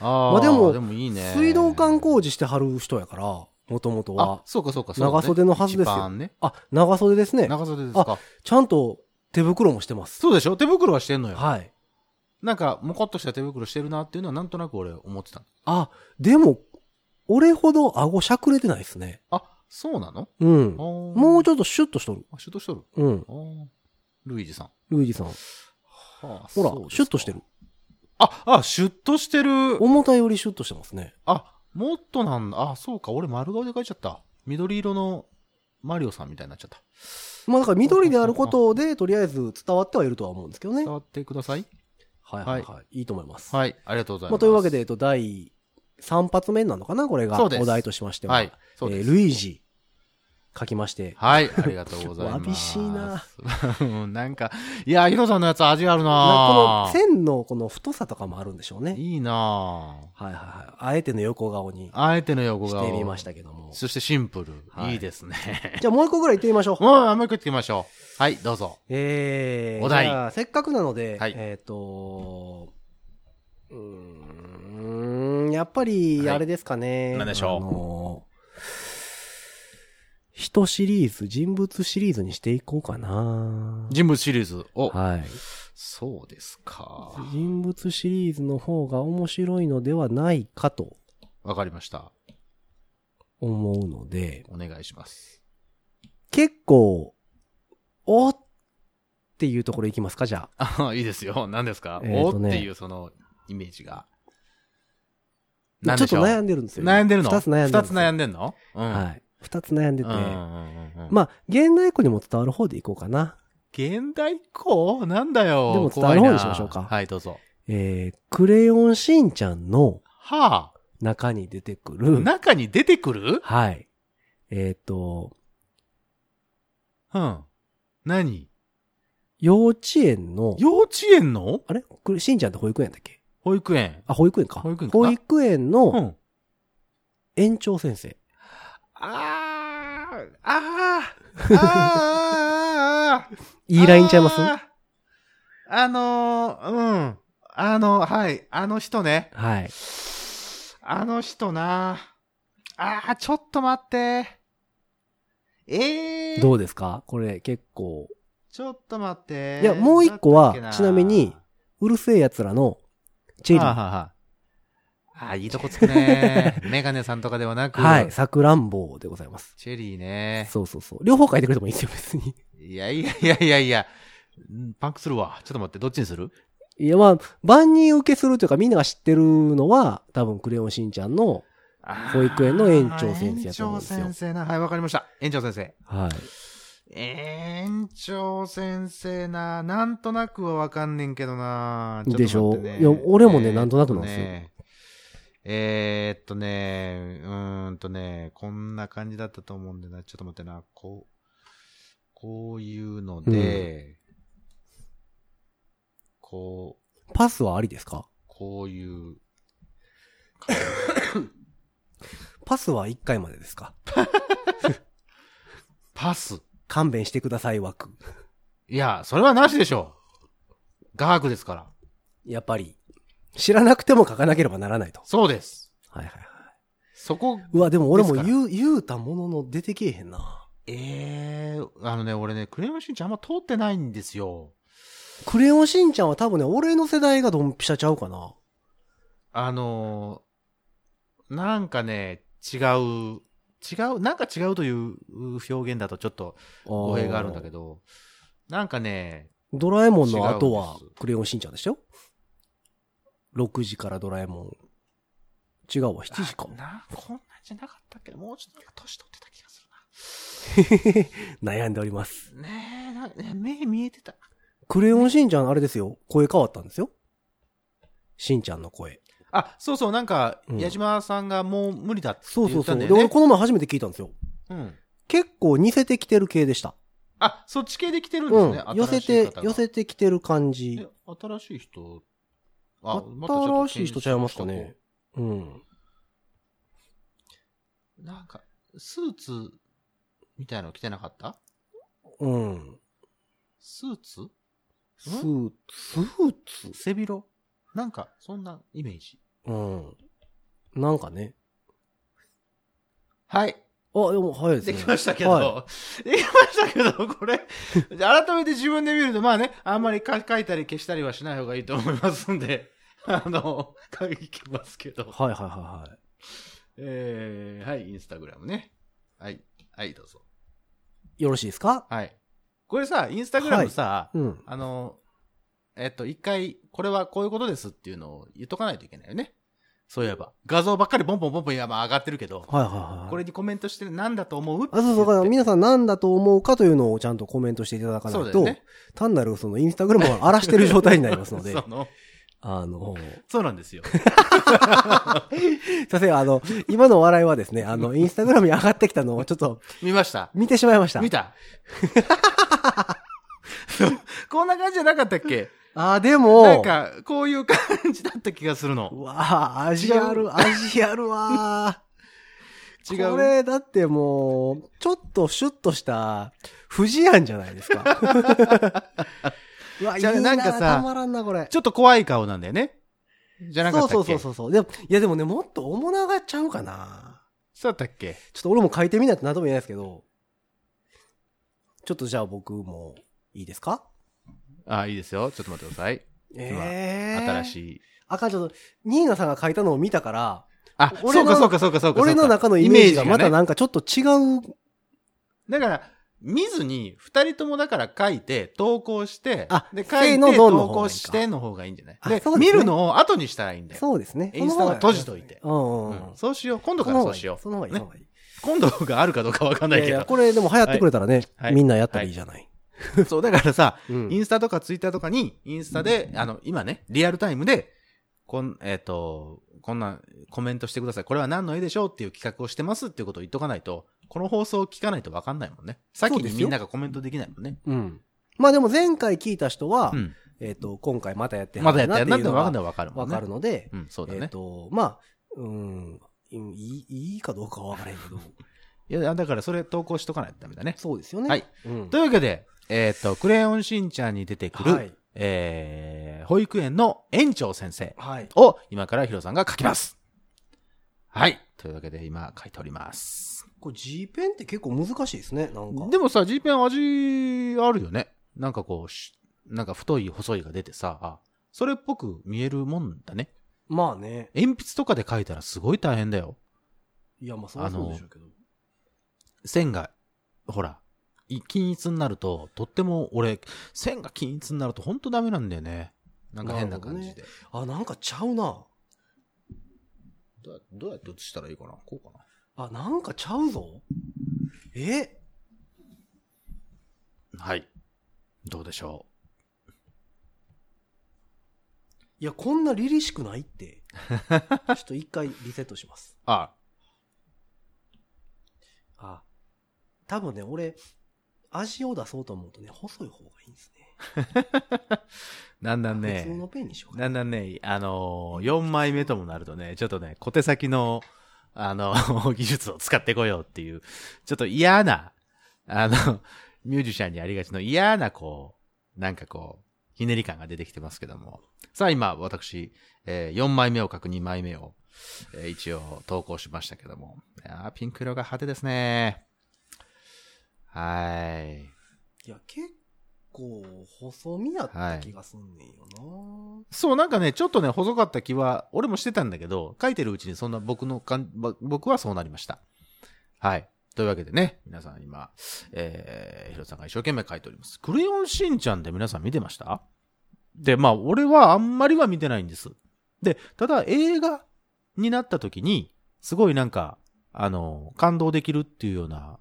S3: あー
S2: まあでも
S3: いいね。
S2: 水道管工事してはる人やから、もともと
S3: あ
S2: は、。
S3: そうかそうか。
S2: 長袖のはずですよ
S3: 一番ね。
S2: あ、長袖ですね。
S3: 長袖ですか。
S2: ちゃんと手袋もしてます。
S3: そうでしょ手袋はしてんのよ。
S2: はい。
S3: なんか、もこっとした手袋してるなっていうのはなんとなく俺思ってた。
S2: あ、でも、俺ほど顎しゃくれてないですね。
S3: あ、そうなの
S2: うん。も
S3: も
S2: うちょっとシュッとしとる。
S3: ょシュッとしとる。
S2: うん。
S3: あールイージさん。
S2: ルイージさん。
S3: ほ
S2: ほら、シュッとしてる。。
S3: あ、あ、シュッとしてる。
S2: 重たいよりシュッとしてますね。
S3: あ、もっとなんだ。あ、そうか。俺丸顔で描いちゃった。緑色のマリオさんみたいになっちゃった。
S2: まあだから緑であることで、とりあえず伝わってはいるとは思うんですけどね。
S3: 伝わってください。
S2: はいはいはい。いいと思います。
S3: はい。ありがとうございます。
S2: まあというわけで、えっと、第3発目なのかなこれが。
S3: そうです
S2: お題としましては。
S3: はい。そう
S2: え
S3: で
S2: ー
S3: す。
S2: ルイージ、書きまして。
S3: はい。ありがとうございま す。
S2: わびしいな。
S3: うん なんか、いや、ヒロさんのやつ味ある
S2: な
S3: な
S2: この線のこの太さとかもあるんでしょうね。
S3: いいな
S2: はいはいはい。あえての横顔に
S3: あえての横
S2: し
S3: 顔。
S2: てみましたけども。
S3: そしてシンプル。、
S2: はいい
S3: いですね。
S2: じゃあもう一個ぐらい行ってみましょう。
S3: もう、もう一個いってみましょう。はい、どうぞ。
S2: えー、
S3: お題
S2: じゃあせっかくなので、
S3: はい
S2: えっ、と、うーん、やっぱり、あれですかね。
S3: 何でしょう
S2: あの人シリーズ、人物シリーズにしていこうかな。
S3: 人物シリーズ。お、
S2: はい。
S3: そうですか。
S2: 人物シリーズの方が面白いのではないかと
S3: わかりました。
S2: 思うので、
S3: お願いします。
S2: 結構、おっていうところいきますか、じゃあ。
S3: あいいですよ。何ですか、
S2: えー
S3: お
S2: と
S3: っ
S2: ね
S3: ていうそのイメージが。何
S2: ちょ
S3: で
S2: っ
S3: しょ
S2: と
S3: う
S2: 悩んでるんですよ。
S3: 悩んでるの
S2: 二つ悩んでるんですよ。
S3: 二つ悩んでんのうん。
S2: はい。二つ悩んで
S3: うん
S2: て。
S3: うんうんうん
S2: まあ、現代語にも伝わる方でいこうかな。
S3: 現代っ子なんだよ。
S2: でも伝わ
S3: 怖い
S2: る
S3: な
S2: 方にしましょうか
S3: はい、どうぞ。
S2: えー、クレヨンしんちゃんの
S3: はあ、
S2: 中に出てくる、
S3: 中に出てくる
S2: はい。えっ、と、
S3: うん。何
S2: 幼稚園の、
S3: 幼稚園の
S2: あれくれしんちゃんって保育園だっけ
S3: 保育園。
S2: あ、保育園か。
S3: 保育園かな
S2: 育園
S3: う
S2: の
S3: ん。
S2: 園長先生。
S3: あー、あー、あー、
S2: いいラインちゃいます
S3: あーあのー、うん。あの、はい。あの人ね。
S2: はい。
S3: あの人な。あー、ちょっと待って。えー。
S2: どうですかこれ結構、
S3: ちょっと待って。
S2: いやもう一個は
S3: どうだったっけ
S2: ちなみに、うるせえ奴らのチェリ
S3: はあ
S2: ー。
S3: はあはあ、あーいいとこつく ね。メガネさんとかではなく、
S2: はい。さくらんぼうでございます。
S3: チェリーね。
S2: そうそうそう。両方書いてくれてもいいですよ、別に。
S3: いやいやいやいやいや。んパンクするわ。ちょっと待って、どっちにする
S2: いや、まあ、万人受けするというか、みんなが知ってるのは、多分、クレヨンしんちゃんの、保育園の園長先生やと思うんですよ
S3: 園長先生な。はい、わかりました。園長先生。
S2: はい。
S3: 園長先生な。なんとなくはわかんねんけどな。ちょっと
S2: でしょ
S3: 待ってね
S2: いや俺もね
S3: えー
S2: なんとなくなんですよ
S3: ねえーっとね、うーんとね、こんな感じだったと思うんでな。ちょっと待ってな。こう、こういうので、こう、
S2: パスはありですか
S3: こういう、
S2: パスは1回までですか
S3: パス。
S2: 勘弁してください枠。
S3: いや、それはなしでしょう。画伯ですから。
S2: やっぱり、知らなくても書かなければならないと。
S3: そうです。
S2: はいはいはい。
S3: そこ、
S2: うわ、でも俺も
S3: です
S2: 言う、言うたものの出てけえへんな。
S3: ええあのね、俺ね、クレヨンしんちゃんあんま通ってないんですよ。
S2: クレヨンしんちゃんは多分ね、俺の世代がドンピシャちゃうかな。
S3: あのーなんかね、違う、違う、なんか違うという表現だとちょっと語弊があるんだけ
S2: ど。
S3: ど、なんかね、
S2: ドラえもんの後は
S3: 違うんです、
S2: クレヨンしんちゃんでしたよ。6時からドラえもん。違うわ、7時か。
S3: な、こんなんじゃなかったっけど、もうちょっとなんか年取ってた気がするな。
S2: 悩んでおります。
S3: ねえ、なんかね目見えてた。
S2: クレヨンしんちゃん、あれですよ。声変わったんですよ。しんちゃんの声。
S3: あ、そうそう、なんか、
S2: うん
S3: 矢島さんがもう無理だって
S2: そう
S3: 言
S2: そう
S3: っ
S2: そ
S3: た
S2: う。
S3: んだ
S2: で、
S3: よね。
S2: 俺この前初めて聞いたんですよ。
S3: うん。
S2: 結構似せてきてる系でした。
S3: あ、そっち系で来てるんで
S2: う
S3: す
S2: ん
S3: ね。。
S2: 寄
S3: 新
S2: せ
S3: しい
S2: て
S3: 方、が
S2: 寄せてきてる感じ
S3: え。新しい人、
S2: 新しい人ちゃいますかね。。うん。
S3: またちょっと検索なんか、スーツみたいの着てなかった
S2: うん。
S3: スーツ
S2: スーツ、スーツ
S3: 背広なんか、そんなイメージ。
S2: うん。なんかね。
S3: はい。
S2: あ、でも早いですね。
S3: できましたけど、
S2: は
S3: できましたけど、これ、改めて自分で見ると、まあね、あんまりか書いたり消したりはしない方がいいと思いますんで、 あの、書きますけど。
S2: はいはいはいはい。
S3: えー、はい、インスタグラムね。はい、はい、どうぞ。
S2: よろしいですか
S3: はい。これさ、インスタグラムさ、
S2: うん。
S3: あの、えっと、一回、これはこういうことですっていうのを言っとかないといけないよね。そういえば。画像ばっかりボンボンボンボン今上がってるけど、
S2: はいはいはい。
S3: これにコメントして何だと思う
S2: あ、そうそう、だから
S3: って言って
S2: 皆さん何だと思うかというのをちゃんとコメントしていただかな
S3: そ
S2: いう
S3: だよ
S2: と、
S3: ね
S2: 単なるそのインスタグラムを荒らしてる状態になりますので
S3: そ、の
S2: あの、
S3: そうなんですよ。
S2: 先生、あの、今の笑いはですね、あ の、インスタグラムに上がってきたのをちょっと
S3: 見ました。
S2: 見てしまいました。
S3: 見 たこんな感じじゃなかったっけ
S2: あ、でも、
S3: なんか、こういう感じだった気がするの。
S2: うわあ、味あ
S3: 違
S2: る、味あるわー
S3: 違う
S2: これ、だってもう、ちょっとシュッとした、不二家じゃないです か。うわ、いい
S3: じゃあ
S2: な
S3: なんかさ
S2: たまらんな、これ。
S3: ちょっと怖い顔なんだよね。じゃなかったっけ
S2: そうそうそうそう。でも、いやでもね、もっとおもながちゃうかな。
S3: そうだったっけ
S2: ちょっと俺も書いてみないと何とも言えないですけど、ちょっとじゃあ僕も、いいですか
S3: あいいですよ。ちょっと待ってください。
S2: ええー。
S3: 新
S2: い。
S3: しい。
S2: あかん、ちょっと、ニーナさんが書いたのを見たから、
S3: あ、
S2: 俺
S3: そう
S2: の
S3: かそうかそうかそうか。
S2: 俺の中のイメージが
S3: イメ
S2: また
S3: ね
S2: なんかちょっと違う
S3: だから、見ずに、二人ともだから書いて、投稿して、
S2: あ
S3: で、書い
S2: せー
S3: て、
S2: のどんの
S3: 投
S2: 方がいいか
S3: 稿しての方がいいんじゃない
S2: あ
S3: で
S2: そうです
S3: 見
S2: ね
S3: るのを後にしたらいいんだよ。
S2: そうですね。
S3: インスタは閉じといて。
S2: その方が。うんうん
S3: う
S2: うんん。
S3: そうしよう。今度
S2: そ
S3: か
S2: の
S3: ら
S2: 方が
S3: そう
S2: いい
S3: しよう。
S2: その方がいい、
S3: ね
S2: その方がいい。
S3: 今度があるかどうかわかんないい
S2: やい
S3: け
S2: や、
S3: ど。
S2: これでも流行ってくれたらね、
S3: はい
S2: みんなやったらいいじゃない。
S3: そう、だからさ、
S2: うん
S3: インスタとかツイッターとかに、インスタで、あの、今ね、リアルタイムで、こん、えっ、と、こんなコメントしてください。これは何の絵でしょうっていう企画をしてますっていうことを言っとかないと、この放送を聞かないとわかんないもんね。先
S2: そうで
S3: に
S2: すよ
S3: みんながコメントできないもんね。
S2: うん。まあでも前回聞いた人は、
S3: うん。
S2: えっと、今回またやって
S3: まだやったやん
S2: な
S3: な
S2: っ
S3: っ
S2: てていうの
S3: わかんな
S2: が
S3: いわかるも
S2: わ
S3: んね。
S2: かるので、
S3: うん、そうだ
S2: えっ
S3: ね。
S2: と、まあ、うん、いい、いいかどうかはわからへん けど、
S3: いや、だからそれ投稿しとかないとダメだね。
S2: そうですよね。
S3: はい。
S2: うん
S3: と。いうわけで、えっ、と、クレヨンしんちゃんに出てくる、
S2: はい。
S3: えー、保育園の園長先生
S2: はい。
S3: を今からヒロさんが書きます。はい。というわけで今書いております。
S2: これ G ペンって結構難しいですね、なんか。
S3: でもさ、G ペン味あるよね。なんかこうし、なんか太い細いが出てさ、あそれっぽく見えるもんだね。
S2: まあね。
S3: 鉛筆とかで書いたらすごい大変だよ。
S2: いや、まあそうそうでしょうけど。
S3: 線が、ほら、い均一になると、とっても俺、線が均一になるとほんとダメなんだよね。なんか変な感じで。
S2: あ、なんかちゃうな。
S3: どうやどうやって写したらいいかなこうか
S2: あ、なんかちゃうぞ。え
S3: なはい。どうでしょ
S2: いや、こんな凛々しくない って。ちょっと一回リセットします
S3: う。あ
S2: あ、多分ね、俺、味を出そうと思うとね、細い方がいいんですね。
S3: だんだん
S2: 普通の
S3: ね、
S2: ペンにしようかな。
S3: だんだんね、あのー、4枚目ともなるとね、ちょっとね、小手先の、あの、 技術を使ってこようっていう、ちょっと嫌な、あの、ミュージシャンにありがちの嫌な、こう、なんかこう、ひねり感が出てきてますけども。さあ今、私、え4枚目を書く2枚目を、えー一応投稿しましたけども。あーピンク色が派手ですね。はーい。
S2: いや、結構、細身やった気がすんねんよな、
S3: そう、なんかね、ちょっとね、細かった気は、俺もしてたんだけど、書いてるうちにそんな僕のかん、ば僕はそうなりました。はい。というわけでね、皆さん今、えー、ヒロさんが一生懸命書いております。クレヨンしんちゃんで皆さん見てましたで、まあ、俺はあんまりは見てないんです。で、ただ映画になった時に、すごいなんか、あの、感動できるっていうような、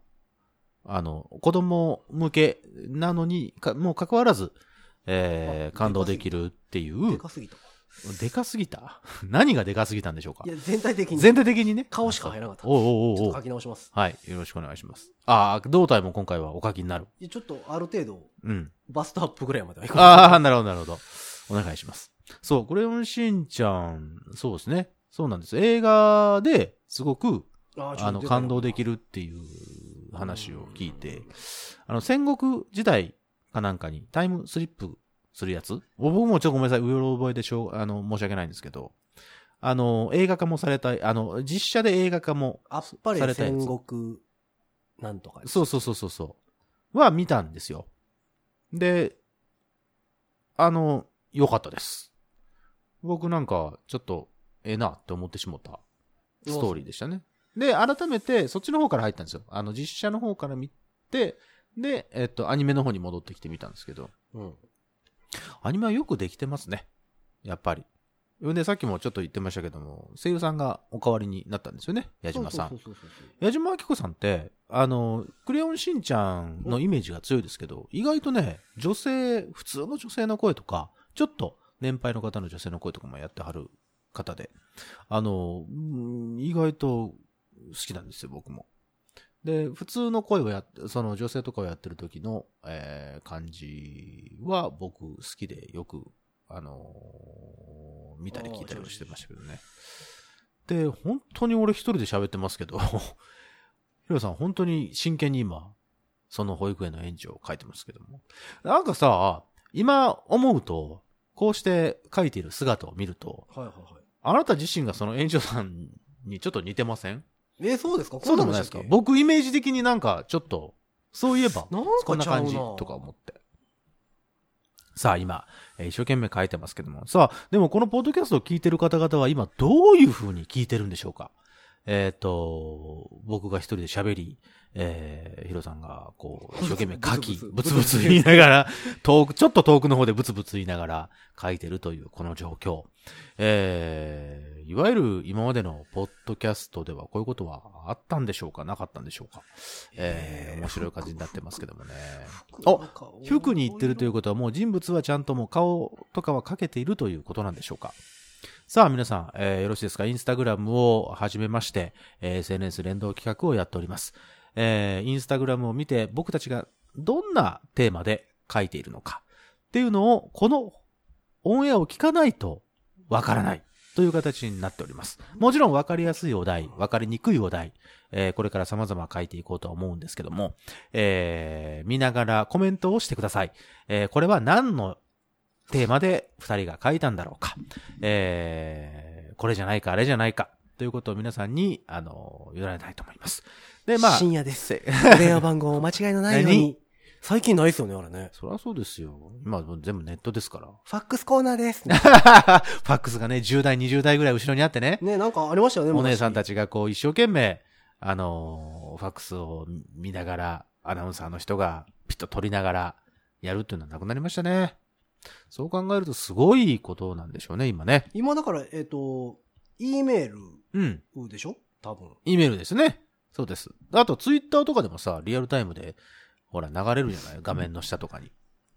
S3: あの、子供向けなのに、か、もう関わらず、えー
S2: あ
S3: 感動できるっていう。
S2: でかすぎた。
S3: でかすぎた 何がでかすぎたんでしょうか
S2: いや、全体的に。
S3: 全体的にね。
S2: 顔しか入らなかった
S3: おうおう
S2: ち
S3: お
S2: ょ
S3: う
S2: っと
S3: お
S2: 書
S3: う
S2: き直します。
S3: はい。よろしくお願いします。ああ、胴体も今回はお書きになる。
S2: いやちょっとある程度、
S3: うん。
S2: バストアップぐらいまではいこう
S3: ああ、なるほど、なるほど。お願いします。そう、クレヨンしんちゃん、そうですね。そうなんです。映画ですごく、
S2: あーちょっと
S3: あの、感動でき
S2: る。
S3: るっていう話を聞いて、あの、戦国時代かなんかにタイムスリップするやつ僕もちょっとごめんなさい、うろ覚えでしょう、あの、申し訳ないんですけど、あの、映画化もされた、あの、実写で映画化も、
S2: あっぱ
S3: さ
S2: れ
S3: れたやつ
S2: 戦国、なんとか。
S3: そうそうそうそうそう。は見たんですよ。で、あの、良かったです。僕なんか、ちょっと、ええなって思ってしもったストーリーでしたね。で、改めて、そっちの方から入ったんですよ。あの、実写の方から見て、で、えっと、アニメの方に戻ってきてみたんですけど、
S2: うん。
S3: アニメはよくできてますね。やっぱり。で、さっきもちょっと言ってましたけども、声優さんがお代わりになったんですよね、矢島さん
S2: そ。うそうそうそう
S3: 矢島明子さんって、あの、クレヨンしんちゃんのイメージが強いですけど、意外とね、女性、普通の女性の声とか、ちょっと年配の方の女性の声とかもやってはる方で、あの、うん意外と好きなんですよ、僕も。で、普通の声をやっその女性とかをやってる時の、えー感じは僕好きでよく、あのー見たり聞いたりはしてましたけどね。で、本当に俺一人で喋ってますけど、 ヒロさん、本当に真剣に今、その保育園の園児を書いてますけども。なんかさ、今思うと、こうして書いている姿を見ると、
S2: そう。はいはいは
S3: あなた自身がその園長さんにちょっと似てません
S2: い。え、そうですか
S3: そうでもないですか
S2: こんの
S3: 僕イメージ的になんかちょっと、そういえば、
S2: なん
S3: こ
S2: か
S3: んな
S2: ちゃうな
S3: 感じとか思って。さあ今、えー一生懸命書いてますけども。さあ、でもこのポッドキャストを聞いてる方々は今どういう風に聞いてるんでしょうかえっ、と、僕が一人で喋り、えー、ヒロさんがこう、一生懸命書き、ブ
S2: ブ
S3: ツ
S2: ツ
S3: ブ
S2: ブツ
S3: ツ言いながら、遠く、ちょっと遠くの方でブツブツ言いながら書いてるというこの状況。えー、いわゆる今までのポッドキャストではこういうことはあったんでしょうかなかったんでしょうかえー、面白い感じになってますけどもね。
S2: 中
S3: あ
S2: の顔
S3: 服に行ってるということはもう人物はちゃんともう顔とかはかけているということなんでしょうかさあ皆さん、えーよろしいですかインスタグラムを始めまして、えー SNS 連動企画をやっております。えーインスタグラムを見て僕たちがどんなテーマで書いているのかっていうのをこのオンエアを聞かないとわからないという形になっております。もちろんわかりやすいお題、わかりにくいお題、えーこれから様々書いていこうとは思うんですけども、えー見ながらコメントをしてください。えーこれは何のテーマで二人が書いたんだろうか。えーこれじゃないか、あれじゃないか。ということを皆さんに、あの、委ねたいと思います。で、まあ。
S2: 深夜です。
S3: せ
S2: 電話番号お間違いのないよう
S3: 何
S2: に。最近ないですよね、あれね。
S3: そりゃそうですよ。今もう全部ネットですから。
S2: ファックスコーナーです。
S3: ファックスがね、10代、20代ぐらい後ろにあってね。
S2: ね、なんかありましたよね、
S3: お姉さんた
S2: ち。
S3: ちがこう一生懸命、あのーファックスを見ながら、アナウンサーの人がピッと取りながらやるっていうのはなくなりましたね。そう考えるとすごいことなんでしょうね、今ね。
S2: 今だから、えっと、E メール
S3: うん。
S2: でしょ多分。
S3: E メールですね。そうです。あと、ツイッターとかでもさ、リアルタイムで、ほら、流れるじゃない画面の下とかに。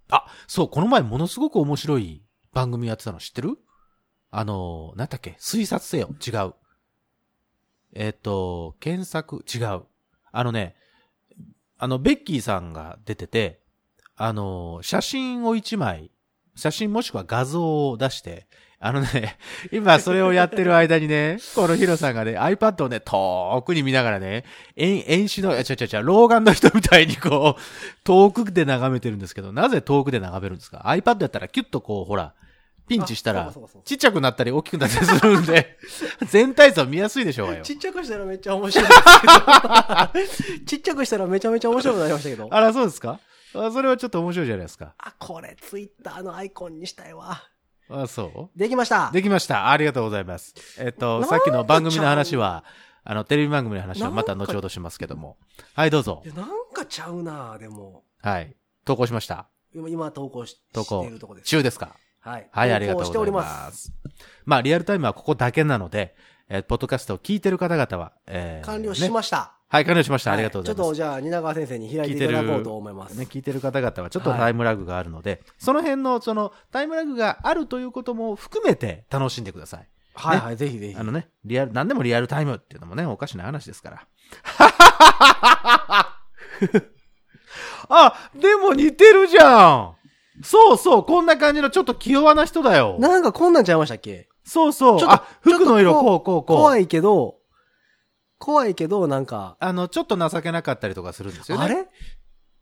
S3: あ、そう、この前ものすごく面白い番組やってたの知ってるあのー、なんだっけ推察せよ。違う。えっ、と、検索、違う。あのね、あの、ベッキーさんが出てて、あのー、写真を一枚、写真もしくは画像を出して、あのね、 今それをやってる間にね、このヒロさんがね、iPad をね、遠くに見ながらね、遠、遠視の、あちゃちゃちゃ、老眼の人みたいにこう、遠くで眺めてるんですけど、なぜ遠くで眺めるんですか ?iPad やったらキュッとこう、ほら、ピンチした
S2: あ
S3: ら
S2: そうかそうかそう、か
S3: ちっちゃくなったり大きくなったりするんで、 全体像見やすいでしょうがよ。
S2: ちっちゃくしたらめっちゃ面白いですけど。 ちっちゃくしたらめちゃめちゃ面白くなりましたけ ど。
S3: あら、そうですかあそれはちょっと面白いじゃないですか。
S2: あ、これツイッターのアイコンにしたいわ。
S3: あそ
S2: できました
S3: う。できました。ありがとうございます。えっと、
S2: なんか
S3: さっきの番組の話は、あの、テレビ番組の話はまた後ほどしますけども。はい、どうぞ
S2: い。や、なんかちゃうなでも。
S3: はい。投稿しました。
S2: 今、今投稿し
S3: 投
S2: し
S3: 稿
S2: ているとこです。
S3: 中ですか
S2: はい。
S3: はい、ありがとう
S2: 投稿
S3: ご
S2: してお
S3: ざい
S2: り
S3: ま
S2: ます。
S3: す。まあ、リアルタイムはここだけなので、えーポッドキャストを聞いてる方々は、えー
S2: 完了しました。
S3: はい、完了しました。ありがとうございます。
S2: ちょっとじゃあ、蜷川先生に開いていただこうと思います。
S3: ね、聞いてる方々はちょっとタイムラグがあるので、その辺のそのタイムラグがあるということも含めて楽しんでください。
S2: はいはい、ぜひぜひ
S3: あ。のね、リアル、何でもリアルタイムっていうのもね、おかしな話ですから。 あ、でも似てるじゃんそうそう、こんな感じのちょっと気弱な人だよ。
S2: なんかこんなんちゃいましたっけ
S3: そうそう
S2: ちょ。っと
S3: あ、服の色、
S2: ちょっ
S3: ことう、こう、こう。
S2: 怖いけど、怖いけど、なんか、
S3: あの、ちょっと情けなかったりとかするんですよね。
S2: あれ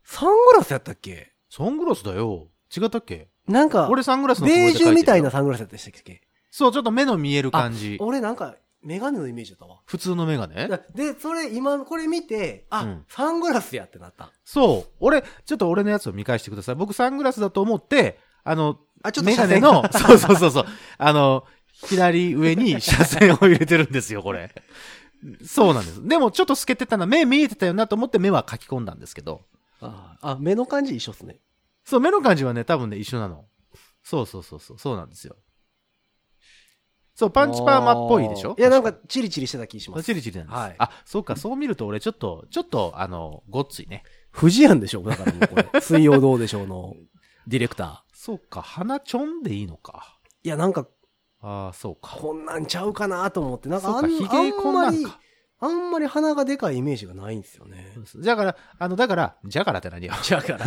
S2: サングラスやったっけ
S3: サングラスだよ。違ったっけ
S2: なんか、
S3: 俺サングラスのつも
S2: ベ
S3: り
S2: ー
S3: で
S2: ジ
S3: 書
S2: ュ
S3: て
S2: みたい
S3: る
S2: なサングラスでしたっけ
S3: そう、ちょっと目の見える感じ。
S2: 俺なんか、メガネのイメージだったわ。
S3: 普通のメガネ
S2: で、それ今これ見て、あ、
S3: うん
S2: サングラスやってなった。
S3: そう。俺、ちょっと俺のやつを見返してください。僕サングラスだと思って、あの、
S2: あ、ちょっと
S3: メガネの、 そうそうそうそう。あの、左上に車線を入れてるんですよ、これ。そうなんです。でもちょっと透けてたな、目見えてたよなと思って目は書き込んだんですけど。
S2: ああ、目の感じ一緒っすね。
S3: そう、目の感じはね、多分ね、一緒なの。そうそうそうそう、そうなんですよ。そう、パンチパーマっぽいでしょ
S2: いや、なんか、チリチリしてた気します。
S3: チリチリなんです。
S2: はい
S3: あ、そうか、そう見ると俺ちょっと、ちょっと、あの、ごっついね。
S2: 不二家でしょだからもうこれ。 水曜どうでしょうの、ディレクタ
S3: そうか、鼻ちょんでいいのか。
S2: ー。いや、なんか、
S3: ああ、そうか。
S2: こんなんちゃうかなと思って、なんか
S3: そ
S2: あ、
S3: うんか、
S2: あ
S3: ひげこ
S2: ん
S3: ん
S2: ま
S3: なん
S2: り、
S3: か。
S2: あんまり鼻がでかいイメージがないんですよね
S3: そう。ですだから、あの、だから、じゃからって何よ。じゃから。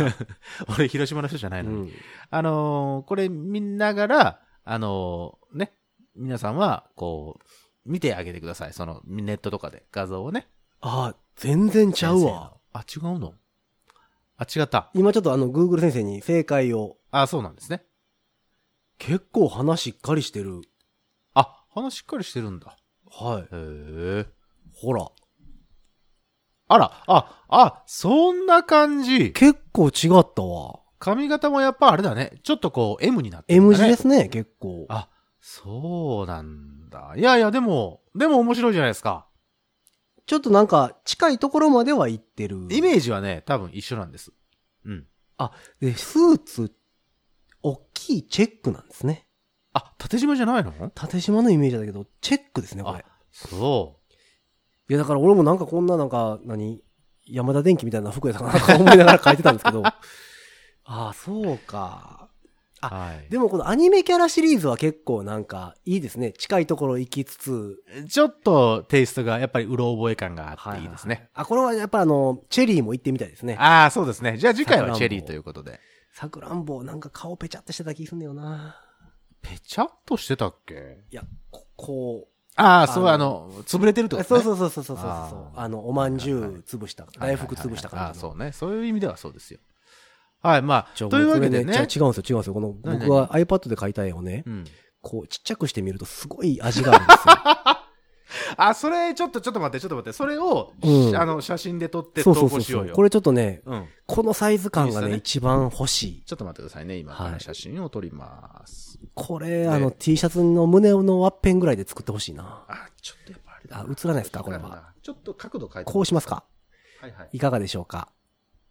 S3: 俺、広島の人じゃな
S2: う
S3: いのに。
S2: ん。
S3: あのーこれ見ながら、あのーね、皆さんは、こう、見てあげてください。その、ネットとかで画像をね。
S2: あ、全然ちゃうわ。
S3: 先生の。あ、違うのあ、違った。
S2: 今ちょっとあの、Google 先生に正解を。
S3: あ、そうなんですね。
S2: 結構鼻しっかりしてる。
S3: あ、鼻しっかりしてるんだ。
S2: はい。
S3: へえ。
S2: ほら。
S3: あら、あ、あ、そんな感じ。
S2: 結構違ったわ。
S3: 髪型もやっぱあれだね。ちょっとこう、M になってるん
S2: M
S3: だ
S2: 字
S3: ね
S2: ですね、結構。
S3: あ、そうなんだ。いやいや、でも、でも面白いじゃないですか。
S2: ちょっとなんか、近いところまでは行ってる。
S3: イメージはね、多分一緒なんです。うん。
S2: で、スーツ、大きいチェックなんですね。
S3: あ、縦縞じゃないの
S2: 縦縞のイメージだけど、チェックですね、これ。
S3: そ
S2: いや、だから俺もなんかこんななんか、何、山田電機みたいな服やったかなとか思いながら書いてたんですけど。あ あ、そうか。
S3: う。
S2: あ
S3: はい。
S2: でもこのアニメキャラシリーズは結構なんか、いいですね。近いところ行きつつ。
S3: で、ちょっとテイストが、やっぱりうろ覚え感があっていいです
S2: は
S3: ね。
S2: あ、これはやっぱあの、チェリーも行ってみたいですね。
S3: ああ、そうですね。じゃあ次回はチェリーということで。
S2: さくらんぼ、なんか顔ペチャってしてた気すんだよな。
S3: ぺちゃっとしてたっけ
S2: いや、ここう。
S3: あ
S2: あ
S3: あ、そう、あの、潰れてるって
S2: あ
S3: こと
S2: そう
S3: ね。
S2: そううそうそうそうそうそう
S3: あ
S2: あ
S3: ー
S2: の、おまんじゅう潰した、大福潰した感
S3: ああー、
S2: じの。
S3: そうね。そういう意味ではそうですよ。はい、まあ、
S2: ち
S3: と
S2: ょ
S3: いうわけで
S2: これ
S3: ね。
S2: じゃあ違うんですよ、違うんですよ。この、
S3: 何
S2: 僕は iPad で買いたい絵をね
S3: う、ん。
S2: こう、ちっちゃくしてみるとすごい味があるんですよ。
S3: あ、それ、ちょっと、ちょっと待って、ちょっと待って。それを、
S2: うん
S3: あの、写真で撮って
S2: そ
S3: 投
S2: うそうそ
S3: 稿
S2: う
S3: しよ
S2: そうう。
S3: よ。
S2: これちょっとね、
S3: うん。
S2: このサイズ感
S3: いい
S2: が
S3: っす
S2: ね、
S3: ね
S2: 一番欲しい。
S3: ちょっと待ってくださいね。今、
S2: はい
S3: 写真を撮ります。
S2: これ、あの、T シャツの胸のワッペンぐらいで作ってほしいな。
S3: あ、ちょっとやっぱあれだな。
S2: あ、映らないですか、これは。
S3: ちょっと角度変えて。
S2: こうしますか。
S3: はいはい。
S2: いかがでしょうか。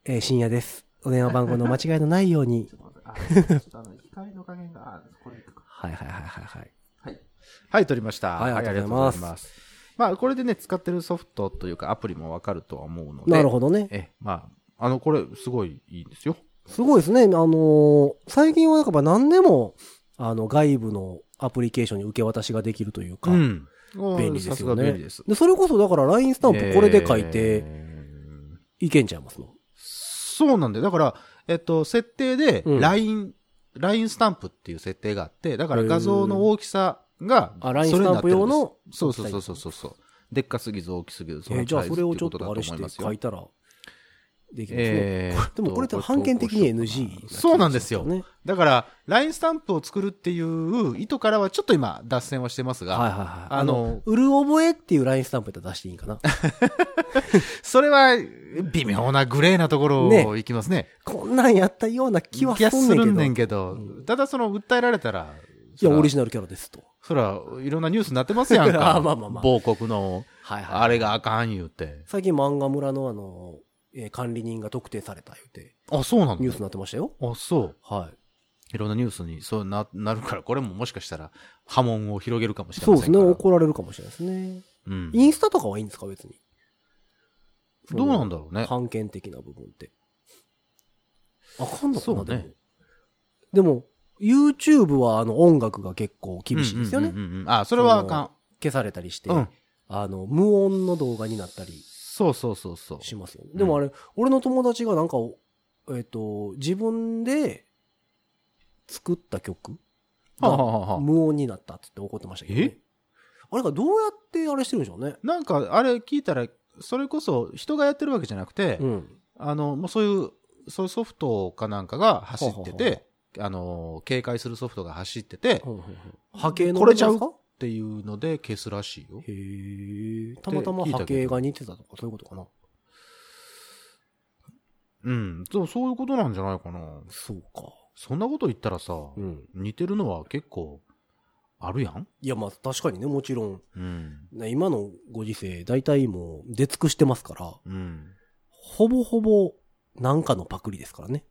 S2: えー深夜です。お電話番号の間違いのないように。
S3: あちょっとあの光の加減が、あ、これ
S2: はいはいはいはいはい。
S3: はい。はい、撮りました。
S2: はいありがとうございます
S3: ありがとうございます。まあ、これでね、使ってるソフトというかアプリもわかるとは思うので。
S2: なる
S3: ど。
S2: ほどね。
S3: え、まあ、あの、これ、すごいいいんですよ。
S2: すごいですね。あのー最近はなんかまあ何でも、あの、外部のアプリケーションに受け渡しができるというか、
S3: ん。
S2: 便利ですよ
S3: さが
S2: ね
S3: 便利です。
S2: で、それこそだから LINE スタンプこれで書いて
S3: えー
S2: いけんちゃいますの。
S3: そうなんだよ。だから、えっと、設定で、
S2: うん
S3: LINE、LINE スタンプっていう設定があって、だから
S2: へー
S3: 画像の大きさが、
S2: あ LINE スタンプ用の
S3: それになってるんですそうそうそうそうそう。でっかすぎず大きすぎず、
S2: えーじゃあそれをちょっとあれして書いたら、できますね。でもこれって判件的に NG な気がしますよね、
S3: そうなんですよ。だから、LINE スタンプを作るっていう意図からはちょっと今、脱線はしてますが、
S2: はいはいはい。あ
S3: あ
S2: の
S3: の、
S2: うる覚えっていうラインスタンプやったら出していいんかな。
S3: それは、微妙なグレーなところ
S2: ね
S3: をいきますね。
S2: こんなんやったような気はす
S3: する
S2: ん
S3: ん
S2: ね
S3: ね
S2: ん
S3: ん
S2: け
S3: けど、ただその、訴えられたら、
S2: ど。いや、オ
S3: 俺
S2: リジナルキャラですと。
S3: そら、いろんなニュースになってますやん か。
S2: あまあまあまあ
S3: 某国の、
S2: はい
S3: あれがあかん言うて。
S2: 最近漫画村のあの、えー管理人が特定された言うて、
S3: あ、そうな
S2: ニュ
S3: の
S2: ースになってましたよ。
S3: あ、そう。
S2: はい。
S3: いろんなニュースに、そうな、なるから、これももしかしたら、波紋を広げるかもしれ
S2: そう
S3: ま
S2: です
S3: せん
S2: ね。
S3: から。
S2: 怒られるかもしれないですね。
S3: うん。
S2: インスタとかはいいんですか、別に。その
S3: どうなんだろうね。
S2: 判権的な部分って。あかんのか
S3: そ
S2: な
S3: うね
S2: でも。でも、YouTube はあの音楽が結構厳しいですよね。
S3: うんうんうんうんあ、それはあかん。
S2: 消されたりして、
S3: うん。
S2: あの、無音の動画になったり
S3: そうそうそうそう。
S2: しますよね。
S3: うん
S2: でもあれ、俺の友達がなんか、えっ、と、自分で作った曲
S3: はあは
S2: が
S3: あはあ
S2: 無音になったっつって怒ってましたけど、ね。
S3: え
S2: あれがどうやってあれしてるんでしょうね。
S3: なんか、あれ聞いたら、それこそ人がやってるわけじゃなくて、
S2: うん。
S3: あの、もうそういう、そういうソフトかなんかが走って
S2: ほうほうほ
S3: て、あの、警戒するソフトが走ってて、っ
S2: 波形の
S3: これちゃう
S2: ですか
S3: ていうので消すらしいよ。
S2: へえ。たまたま波形が似てたとか、そういうことかな。
S3: うん。そう、そういうことなんじゃないかな。
S2: そうか。
S3: そんなこと言ったらさ、
S2: うん。
S3: 似てるのは結構、あるやん
S2: いや、まあ確かにね、もちろん、
S3: うん。
S2: ね今のご時世、大体もう出尽くしてますから、
S3: うん。
S2: ほぼほぼ、なんかのパクリですからね。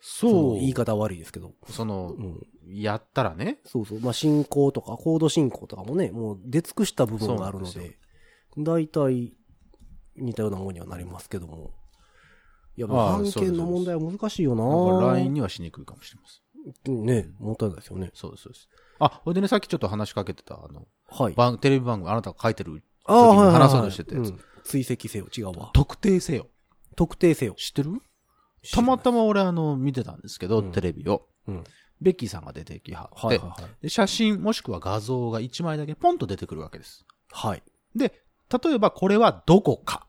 S3: そ
S2: の
S3: う。
S2: 言い方悪いですけど。
S3: その
S2: う、ん。
S3: やったらね、
S2: そうそう。まあ、進行とか、コード進行とかもね、もう出尽くした部分があるの
S3: そうなん
S2: で、大体、似たようなものにはなりますけども。いや、
S3: ああ
S2: まあ、判権の問題は難しいよ
S3: なんか
S2: な
S3: LINE にはしにくいかもしれません。
S2: ね、もったいないですよね。
S3: そうです、そうです。あ、ほいでね、さっきちょっと話しかけてた、あの、
S2: はい。
S3: 番テレビ番組、あなたが書いてる、
S2: ああ、はいはいはい。
S3: 話そうとしてたやつ
S2: ん追跡せよ、違うわ。
S3: 特定せよ。
S2: 特定せよ。
S3: 知ってるたまたま俺、あの、見てたんですけど、
S2: うん
S3: テレビを。
S2: うん。
S3: ベッキーさんが出てきはって、
S2: はいはいはい。
S3: で写真もしくは画像が1枚だけポンと出てくるわけです。
S2: はい。
S3: で、例えばこれはどこか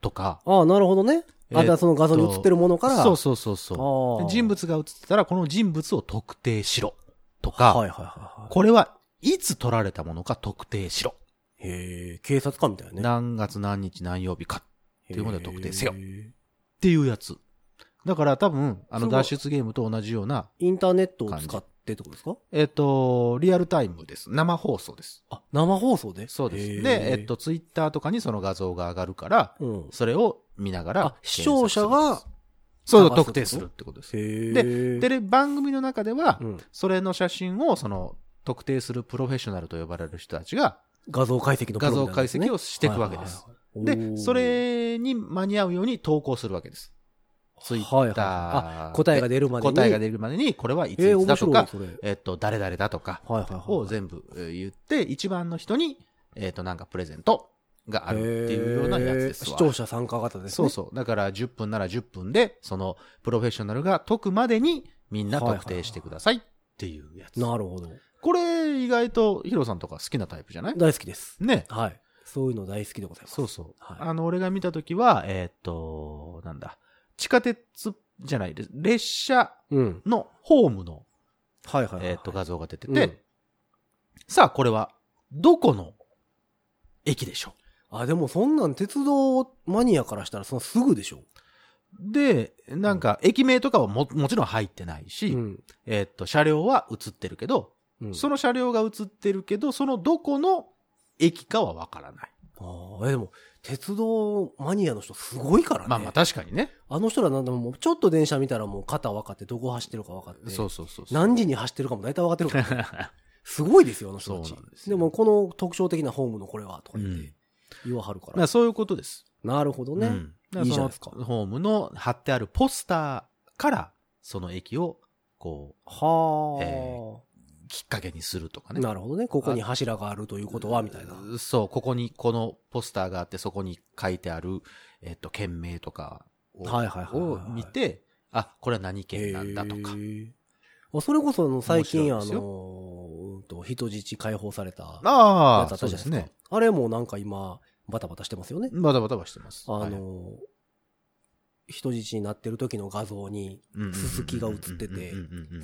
S3: とか、
S2: ああ、なるほどね。
S3: え
S2: あ、
S3: っ
S2: じゃあその画像に映ってるものから。
S3: そうそうそうそ
S2: あー
S3: う。で人物が映ってたら、この人物を特定しろとか、
S2: はいはいはいは
S3: これはいつ撮られたものか特定しろ。
S2: い。へえ、警察官みたいなね。
S3: 何月何日何曜日か
S2: て
S3: いうことで特定せよ
S2: イ
S3: っていうやつ。だから多分、あの
S2: それは
S3: 脱出ゲームと同じような、
S2: ンターネットを使ってってことですか
S3: えっ、と、リアルタイムです。生放送です。
S2: あ、生放送で
S3: そうです。
S2: へ
S3: で、えっ、と、ツイッターとかにその画像が上がるから、
S2: うん。
S3: それを見なが
S2: あ
S3: ら、
S2: 視聴者が
S3: そう、
S2: 探すってこと
S3: 特定するってことです。
S2: へえ。
S3: テレビ番組の中では、
S2: うん
S3: それの写真を、その、特定するプロフェッショナルと呼ばれる人たちが、
S2: 画像解析のプロ
S3: 画
S2: みた
S3: 像
S2: いな
S3: 解
S2: やつね
S3: 析をしていくわけです。。
S2: はいはいはい
S3: で、そ、れに間に合うように投稿するわけです。ツイ
S2: はい
S3: ッ
S2: はいは
S3: タ
S2: い
S3: ー。
S2: あ答えが出るまでに
S3: 答えが出るまでに、これはいつ
S2: えー、
S3: い
S2: 面
S3: つだと
S2: 白い、
S3: か、
S2: それ。はい
S3: えっと、誰々だとか、
S2: はいはい。
S3: を全部えー言って、一番の人に、えっと、なんかプレゼントがあるっていうようなやつです
S2: へー
S3: わ。
S2: 視聴者参加型ですね。
S3: そうそう。だから10分なら10分で、そのプロフェッショナルが解くまでにみんな特定してくださいっていうやつ。
S2: なるほど。
S3: これ意外とヒロさんとか好きなタイプじゃない
S2: 大好きです。
S3: ね。
S2: はい。そういうの大好きでございます。
S3: そうそう。
S2: はい
S3: あの、俺が見たときは、えーっと、なんだ。地下鉄じゃないです。列車
S2: うん。
S3: のホームの、
S2: はいはいはいはい。
S3: えーっと、画像が出て
S2: うん
S3: て、さあこれはどこの駅でしょう
S2: あ、でもそんなん鉄道マニアからしたらそのすぐでしょ。
S3: で、なんか、駅名とかはも、もちろん入ってないし、
S2: うん。
S3: えーっと、車両は映ってるけど、
S2: うん、
S3: その車両が映ってるけど、そのどこの駅かはわからない。
S2: ああ、え、でも、鉄道マニアの人すごいからね。
S3: まあまあ、確かにね。
S2: あの人らなんだもう、ちょっと電車見たらもう肩分かって、どこ走ってるか分かって。
S3: そうそうそう そう。
S2: 何時に走ってるかも大体分かってる から。すごいですよ、あの人たち。
S3: そう
S2: で
S3: なんですよ
S2: も、この特徴的なホームのこれは、とか
S3: う
S2: 言っ
S3: ん
S2: て言わはるか
S3: ま
S2: ら。
S3: あそういうことです。
S2: なるほどね。
S3: うんだら
S2: いいじゃないですか
S3: そのホームの貼ってあるポスターから、その駅を、こ
S2: はあ、
S3: えう、きっかけにするとかね。
S2: なるほどね。ここに柱があるということは、みたいな。
S3: そう、ここにこのポスターがあって、そこに書いてある、えっと、県名とかを,、
S2: はいはいはいはいはい
S3: を見て、あ、これは何県なんだと
S2: へ
S3: か。
S2: えあそれこそあの最近あ
S3: 面白いですよ
S2: の、うんと人質解放されたや
S3: あ
S2: つあ
S3: あ、
S2: っ
S3: そ
S2: た
S3: う
S2: じ
S3: で
S2: ゃないです
S3: す
S2: か。
S3: ね。
S2: あれもなんか今、バタバタしてますよね。
S3: バタバタはしてます。
S2: あ
S3: はい
S2: の、人質になってる時の画像に、すすきが映ってて、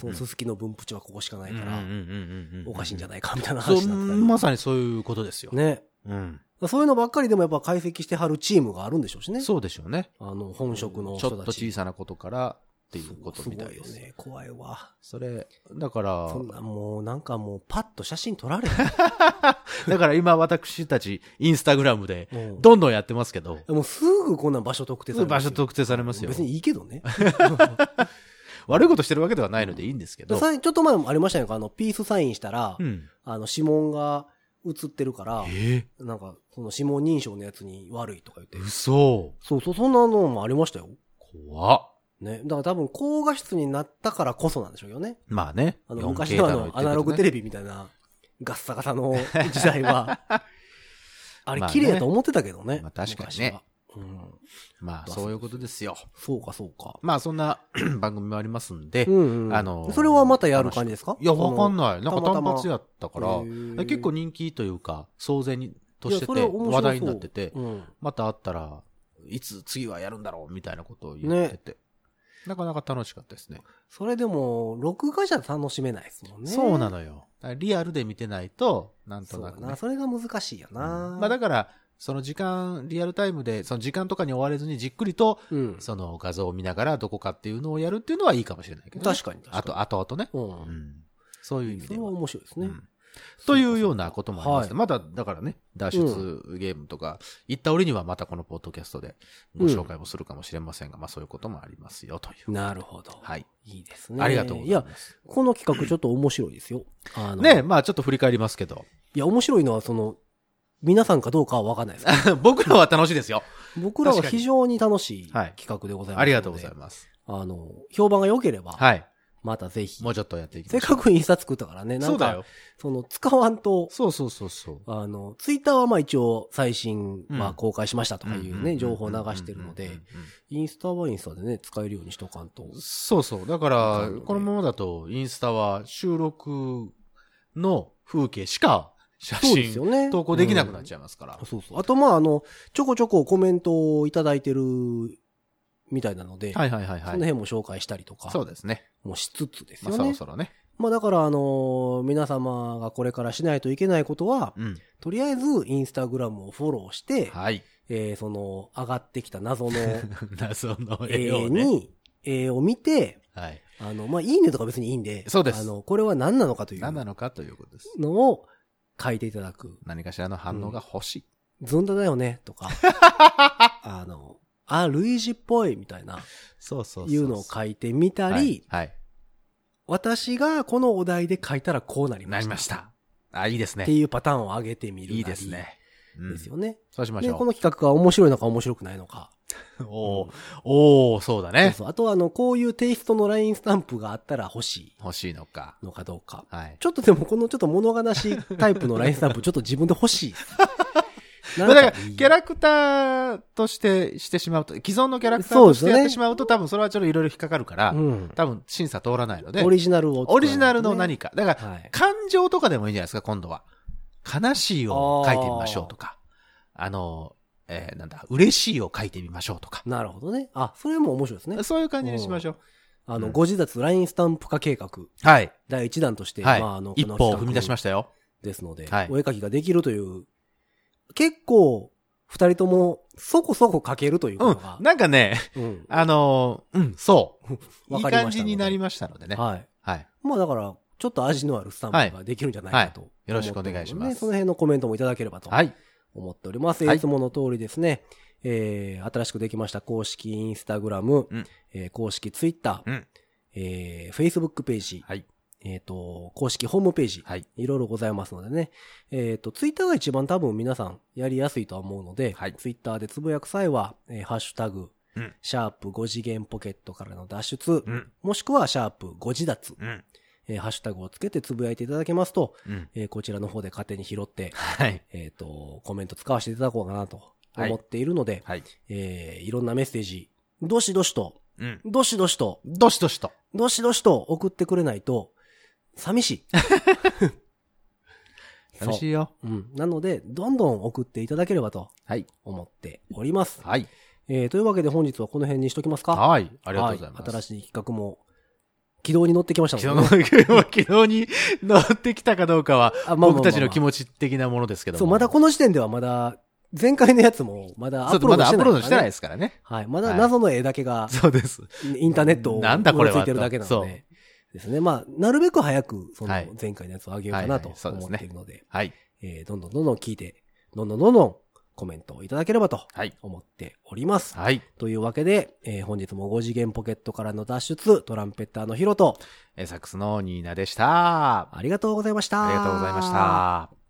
S2: そのすすきの分布地はここしかないから、おかしいんじゃ
S3: ない
S2: ないかみたいな
S3: そう
S2: 話になってたり
S3: まさにそういうことですよ。
S2: ね。
S3: うん
S2: そういうのばっかりでもやっぱ解析してはるチームがあるんでしょうしね。
S3: そうでしょうね。
S2: あの、本職の
S3: ちょ
S2: 人
S3: った
S2: ち。
S3: と小
S2: っ
S3: さなことからっていうことみたいです
S2: ご
S3: す。
S2: よね。怖いわ。
S3: それ、だから
S2: そ、んなもう、なんかもう、パッと写真撮られへん
S3: だから今私たちインスタグラムで
S2: もう
S3: どんどんやってますけど、
S2: もうすぐこんなん場所特定され
S3: 場所
S2: 定
S3: 特定されますよ
S2: 別。にいいけどね。
S3: 悪いことしてるわけではないのでいいんですけど。
S2: さいちょっと前もありましたよね。あの、ピースサインしたら、
S3: うん。
S2: あの、指紋が映ってるから、
S3: え
S2: なんか、その指紋認証のやつに悪いとか言って
S3: え。嘘。
S2: そうそう、そんなのもありましたよ。
S3: 怖っ。
S2: ね。だから多分高画質になったからこそなんでしょうけどね。
S3: まあね。
S2: あの、
S3: 4K
S2: 昔のあ
S3: だろう
S2: の、アナログテ
S3: ビ。
S2: レビみたいな、ガッサガサの時代 は、あれ
S3: まあね
S2: 綺麗だと思ってたけどね。
S3: まあ確かに
S2: 昔
S3: ね
S2: は。うん。
S3: まあ、そういうことですよ。
S2: そうか、そうか。
S3: まあ、そんな 番組もありますんで。
S2: うん、うん。
S3: あの
S2: それはまたやる感じですか
S3: いや、わかん
S2: な
S3: ない。なんか
S2: た
S3: 単
S2: またま
S3: 発やったから、結構人気というか、騒然にとして
S2: いや
S3: て、
S2: それ面白そう
S3: 話題になってて、
S2: うん。
S3: またあったら、いつ次はやるんだろうみたいなことを言ってて、なかなか楽しかったですね。
S2: それでも、録画じゃ楽しめないですもんね。
S3: そうな
S2: よ。
S3: のよ。だからリアルで見てないと、なんと
S2: そう
S3: な
S2: だ
S3: くね
S2: な。。それが難しいよな。
S3: うんまあだ
S2: か
S3: から、その時間、リアルタイムで、その時間とかに追われずにじっくりと、
S2: ら、うん。
S3: その画像を見ながらどこかっていうのをやるっていうのはいいかもしれないけど、
S2: 確かに確かに
S3: あと、あとあとね。
S2: う。
S3: うんん。そういう意味
S2: そ
S3: で
S2: れは
S3: は。
S2: 面白いですね。
S3: うんというようなこともありました。
S2: は
S3: まだ、だからね、脱出ゲームとか、行った折にはまたこのポッドキャストでご紹介もするかもしれませんが、まあそういうこともありますよという。
S2: なるほど。
S3: はい。
S2: いいですね。
S3: ありがとうござい
S2: や、
S3: ます。
S2: この企画ちょっと面白いですよ。あの
S3: ねまあちょっと振り返りますけど、
S2: いや、面白いのはその、皆さんかどうかはわかんないですけど。
S3: 僕らは楽しいですよ。
S2: 僕らは
S3: 確かに
S2: 非常に楽しい
S3: はい
S2: 企画でございますので、
S3: ありがとうございます。
S2: あの、評判が良ければ、
S3: はい。
S2: またぜひ
S3: も。うちょっとやっていき
S2: せ
S3: ま
S2: っ
S3: しょ
S2: かく印刷作ったからね、
S3: う。
S2: な
S3: そ
S2: ん
S3: うだ
S2: か
S3: よ、。
S2: その、使わんと、
S3: そうそうそうそう。
S2: あの、ツイッターはまあ一応最新、
S3: うん
S2: まあ公開しましたとかい
S3: うんう
S2: うん
S3: うんう
S2: ね、
S3: ん
S2: 情報を流してるの
S3: うんう
S2: で
S3: ん、
S2: インスタはインスタでね、使えるようにしとかんと。
S3: そうそう。だか
S2: な
S3: ら
S2: ので、
S3: このままだと、インスタは収録の風景しか写
S2: そうです
S3: 真、
S2: よね。
S3: 投稿できなくなっちゃいますから。
S2: そうそう。あと、まあ、あの、ちょこちょこコメントをいただいてるみたいなので、
S3: はいはいはい
S2: その
S3: はい。
S2: 辺も紹介したりとか、
S3: そうですね。
S2: もしつつです
S3: ま
S2: よ
S3: あ
S2: ね。
S3: そ
S2: まあ、
S3: ろそろね。
S2: だから、あの、皆様がこれからしないといけないことは、
S3: うん。
S2: とりあえず、インスタグラムをフォローして、
S3: はい。
S2: えーその、上がってきた謎の
S3: 謎の
S2: 絵
S3: 絵をね。
S2: に、絵を見て、
S3: はい。
S2: あの、まあ、いいねとか別にいいんで、
S3: そうです
S2: あの、これは何なのかという
S3: 何な
S2: の
S3: のかということです。
S2: を書いていただく。
S3: 何かしらの反応が欲しい。
S2: ずんだだよね、と か、あの、あ、ルイージっぽいみたいな、
S3: そうそうそう。
S2: いうのを書いてみたり、
S3: はい。はい
S2: 私がこのお題で書いたらこうなりま
S3: な
S2: し
S3: り
S2: た。
S3: ました。あ、いいです
S2: っ
S3: ね
S2: て。いうパターンを上げてみるなり
S3: いいですね。うん
S2: ですよね。
S3: そうしまし
S2: で、
S3: ょ
S2: こ
S3: う。
S2: の企画が面白いのか面白くないのか。
S3: おーおーそうだ
S2: そう
S3: ね。
S2: そうあとは、あの、こういうテイストのラインスタンプがあったら欲し
S3: 欲しいのか。
S2: いのかどうか。
S3: はい。
S2: ちょっとでも、このちょっと物悲しいタイプのラインスタ ンプ、ちょっと自分で欲しいです。
S3: まあだから、
S2: なんいい
S3: キャラクターとしてしてしまうと、既存のキャラクター
S2: そう
S3: と
S2: で
S3: し
S2: す
S3: て
S2: ね
S3: やってしまうと、多分それはちょっといろいろ引っかかるから、
S2: うん。
S3: 多分審査通らないので
S2: オ、リジナルを作らないとね、
S3: オリジナルの何か。だから、
S2: はい。
S3: 感情とかでもいいんじゃないですか、今度は。悲しいを書いてみましょうとか、あの、えーなんだ、嬉しいを書いてみましょうとか。
S2: なるほどね。あ、それも面白いですね。
S3: そういう感じにしましょう。
S2: あの、
S3: うん
S2: ご自立ラインスタンプ化計画、
S3: はい。
S2: 第1弾として、
S3: はい。
S2: まあ、あの、
S3: 一歩を踏み出しま
S2: し
S3: したよ。
S2: た。ですので、
S3: はい
S2: お絵描きができるという、結構、二人とも、そこそこ描けるという
S3: う
S2: こ
S3: ん
S2: とが。、
S3: なんかね、
S2: うん。
S3: あのーうん、そう。い
S2: わ
S3: い
S2: かりましたので
S3: 感じになりましたのでね。
S2: はい。
S3: はい。
S2: まあ、だから、ちょっと味のあるスタンプができるんじゃないかと、
S3: はいよろしくお願いし
S2: 思って
S3: ます
S2: るのでその辺のコメントもいただければと
S3: はい。
S2: 思っております。
S3: はい
S2: い、つもの通りですね、えー、新しくできました公式インスタグラム、
S3: うん
S2: えー公式ツイッター、
S3: うん
S2: えー、Facebook ページ、
S3: はい。
S2: えっ、と、公式ホームページ、
S3: はい。
S2: いろいろございますのでね。えっ、と、ツイッターが一番多分皆さんやりやすいとは思うので、
S3: はい
S2: ツイッターでつぶやく際は、えーハッシュタグ、
S3: うん
S2: シャープ5次元ポケットからの脱出、
S3: うん。
S2: もしくはシャープ5次脱、
S3: うん。
S2: えーハッシュタグをつけてつぶやいていただけますと、
S3: うん。
S2: えーこちらの方で勝手に拾って、
S3: はい。
S2: えっ、と、コメント使わせていただこうかなと思っているので、
S3: はい。
S2: い、えーいろんなメッセージ、どしどしと、
S3: うん。
S2: どしどしと、
S3: どしどしと。
S2: どしどしと送ってくれないと、寂しい。
S3: 寂しいよ。
S2: うん。なので、どんどん送っていただければと
S3: はい。
S2: 思っております。
S3: はい。
S2: えー、というわけで本日はこの辺にしときますか。
S3: はい。ありがとうございます。
S2: は新しい企画も軌道に乗ってきました
S3: 昨
S2: もんね。
S3: 日の、昨日に乗ってきたかどうかは、
S2: あまあまあまあまあ
S3: 僕たちの気持ち的なものですけども。
S2: そう、まだこの時点ではまだ、前回のやつもまだア
S3: そ
S2: ッ
S3: う
S2: プロー
S3: ま
S2: ドし
S3: だ
S2: て
S3: アッ
S2: な
S3: プ
S2: い、
S3: ロードしてないで。すからね。
S2: はい。まだ謎の絵だけ が、
S3: そうです。
S2: インターネットを
S3: なんだこれは
S2: うろついてるだけな
S3: そ
S2: の
S3: う
S2: で。ですね。まあ、なるべく早く、その
S3: はい、
S2: 前回のやつを上げようかなと
S3: はいはいそうです
S2: 思
S3: ね
S2: っているので、
S3: はい。
S2: えーどんどんどんどん聞いて、どんどんどんどんコメントをいただければと
S3: はい。
S2: 思っております。
S3: はい。
S2: というわけで、えー本日も5次元ポケットからの脱出、トランペッターのヒロと、
S3: えサックスのニーナでした。あ
S2: ありがとうございました。
S3: りがとうございまし。た。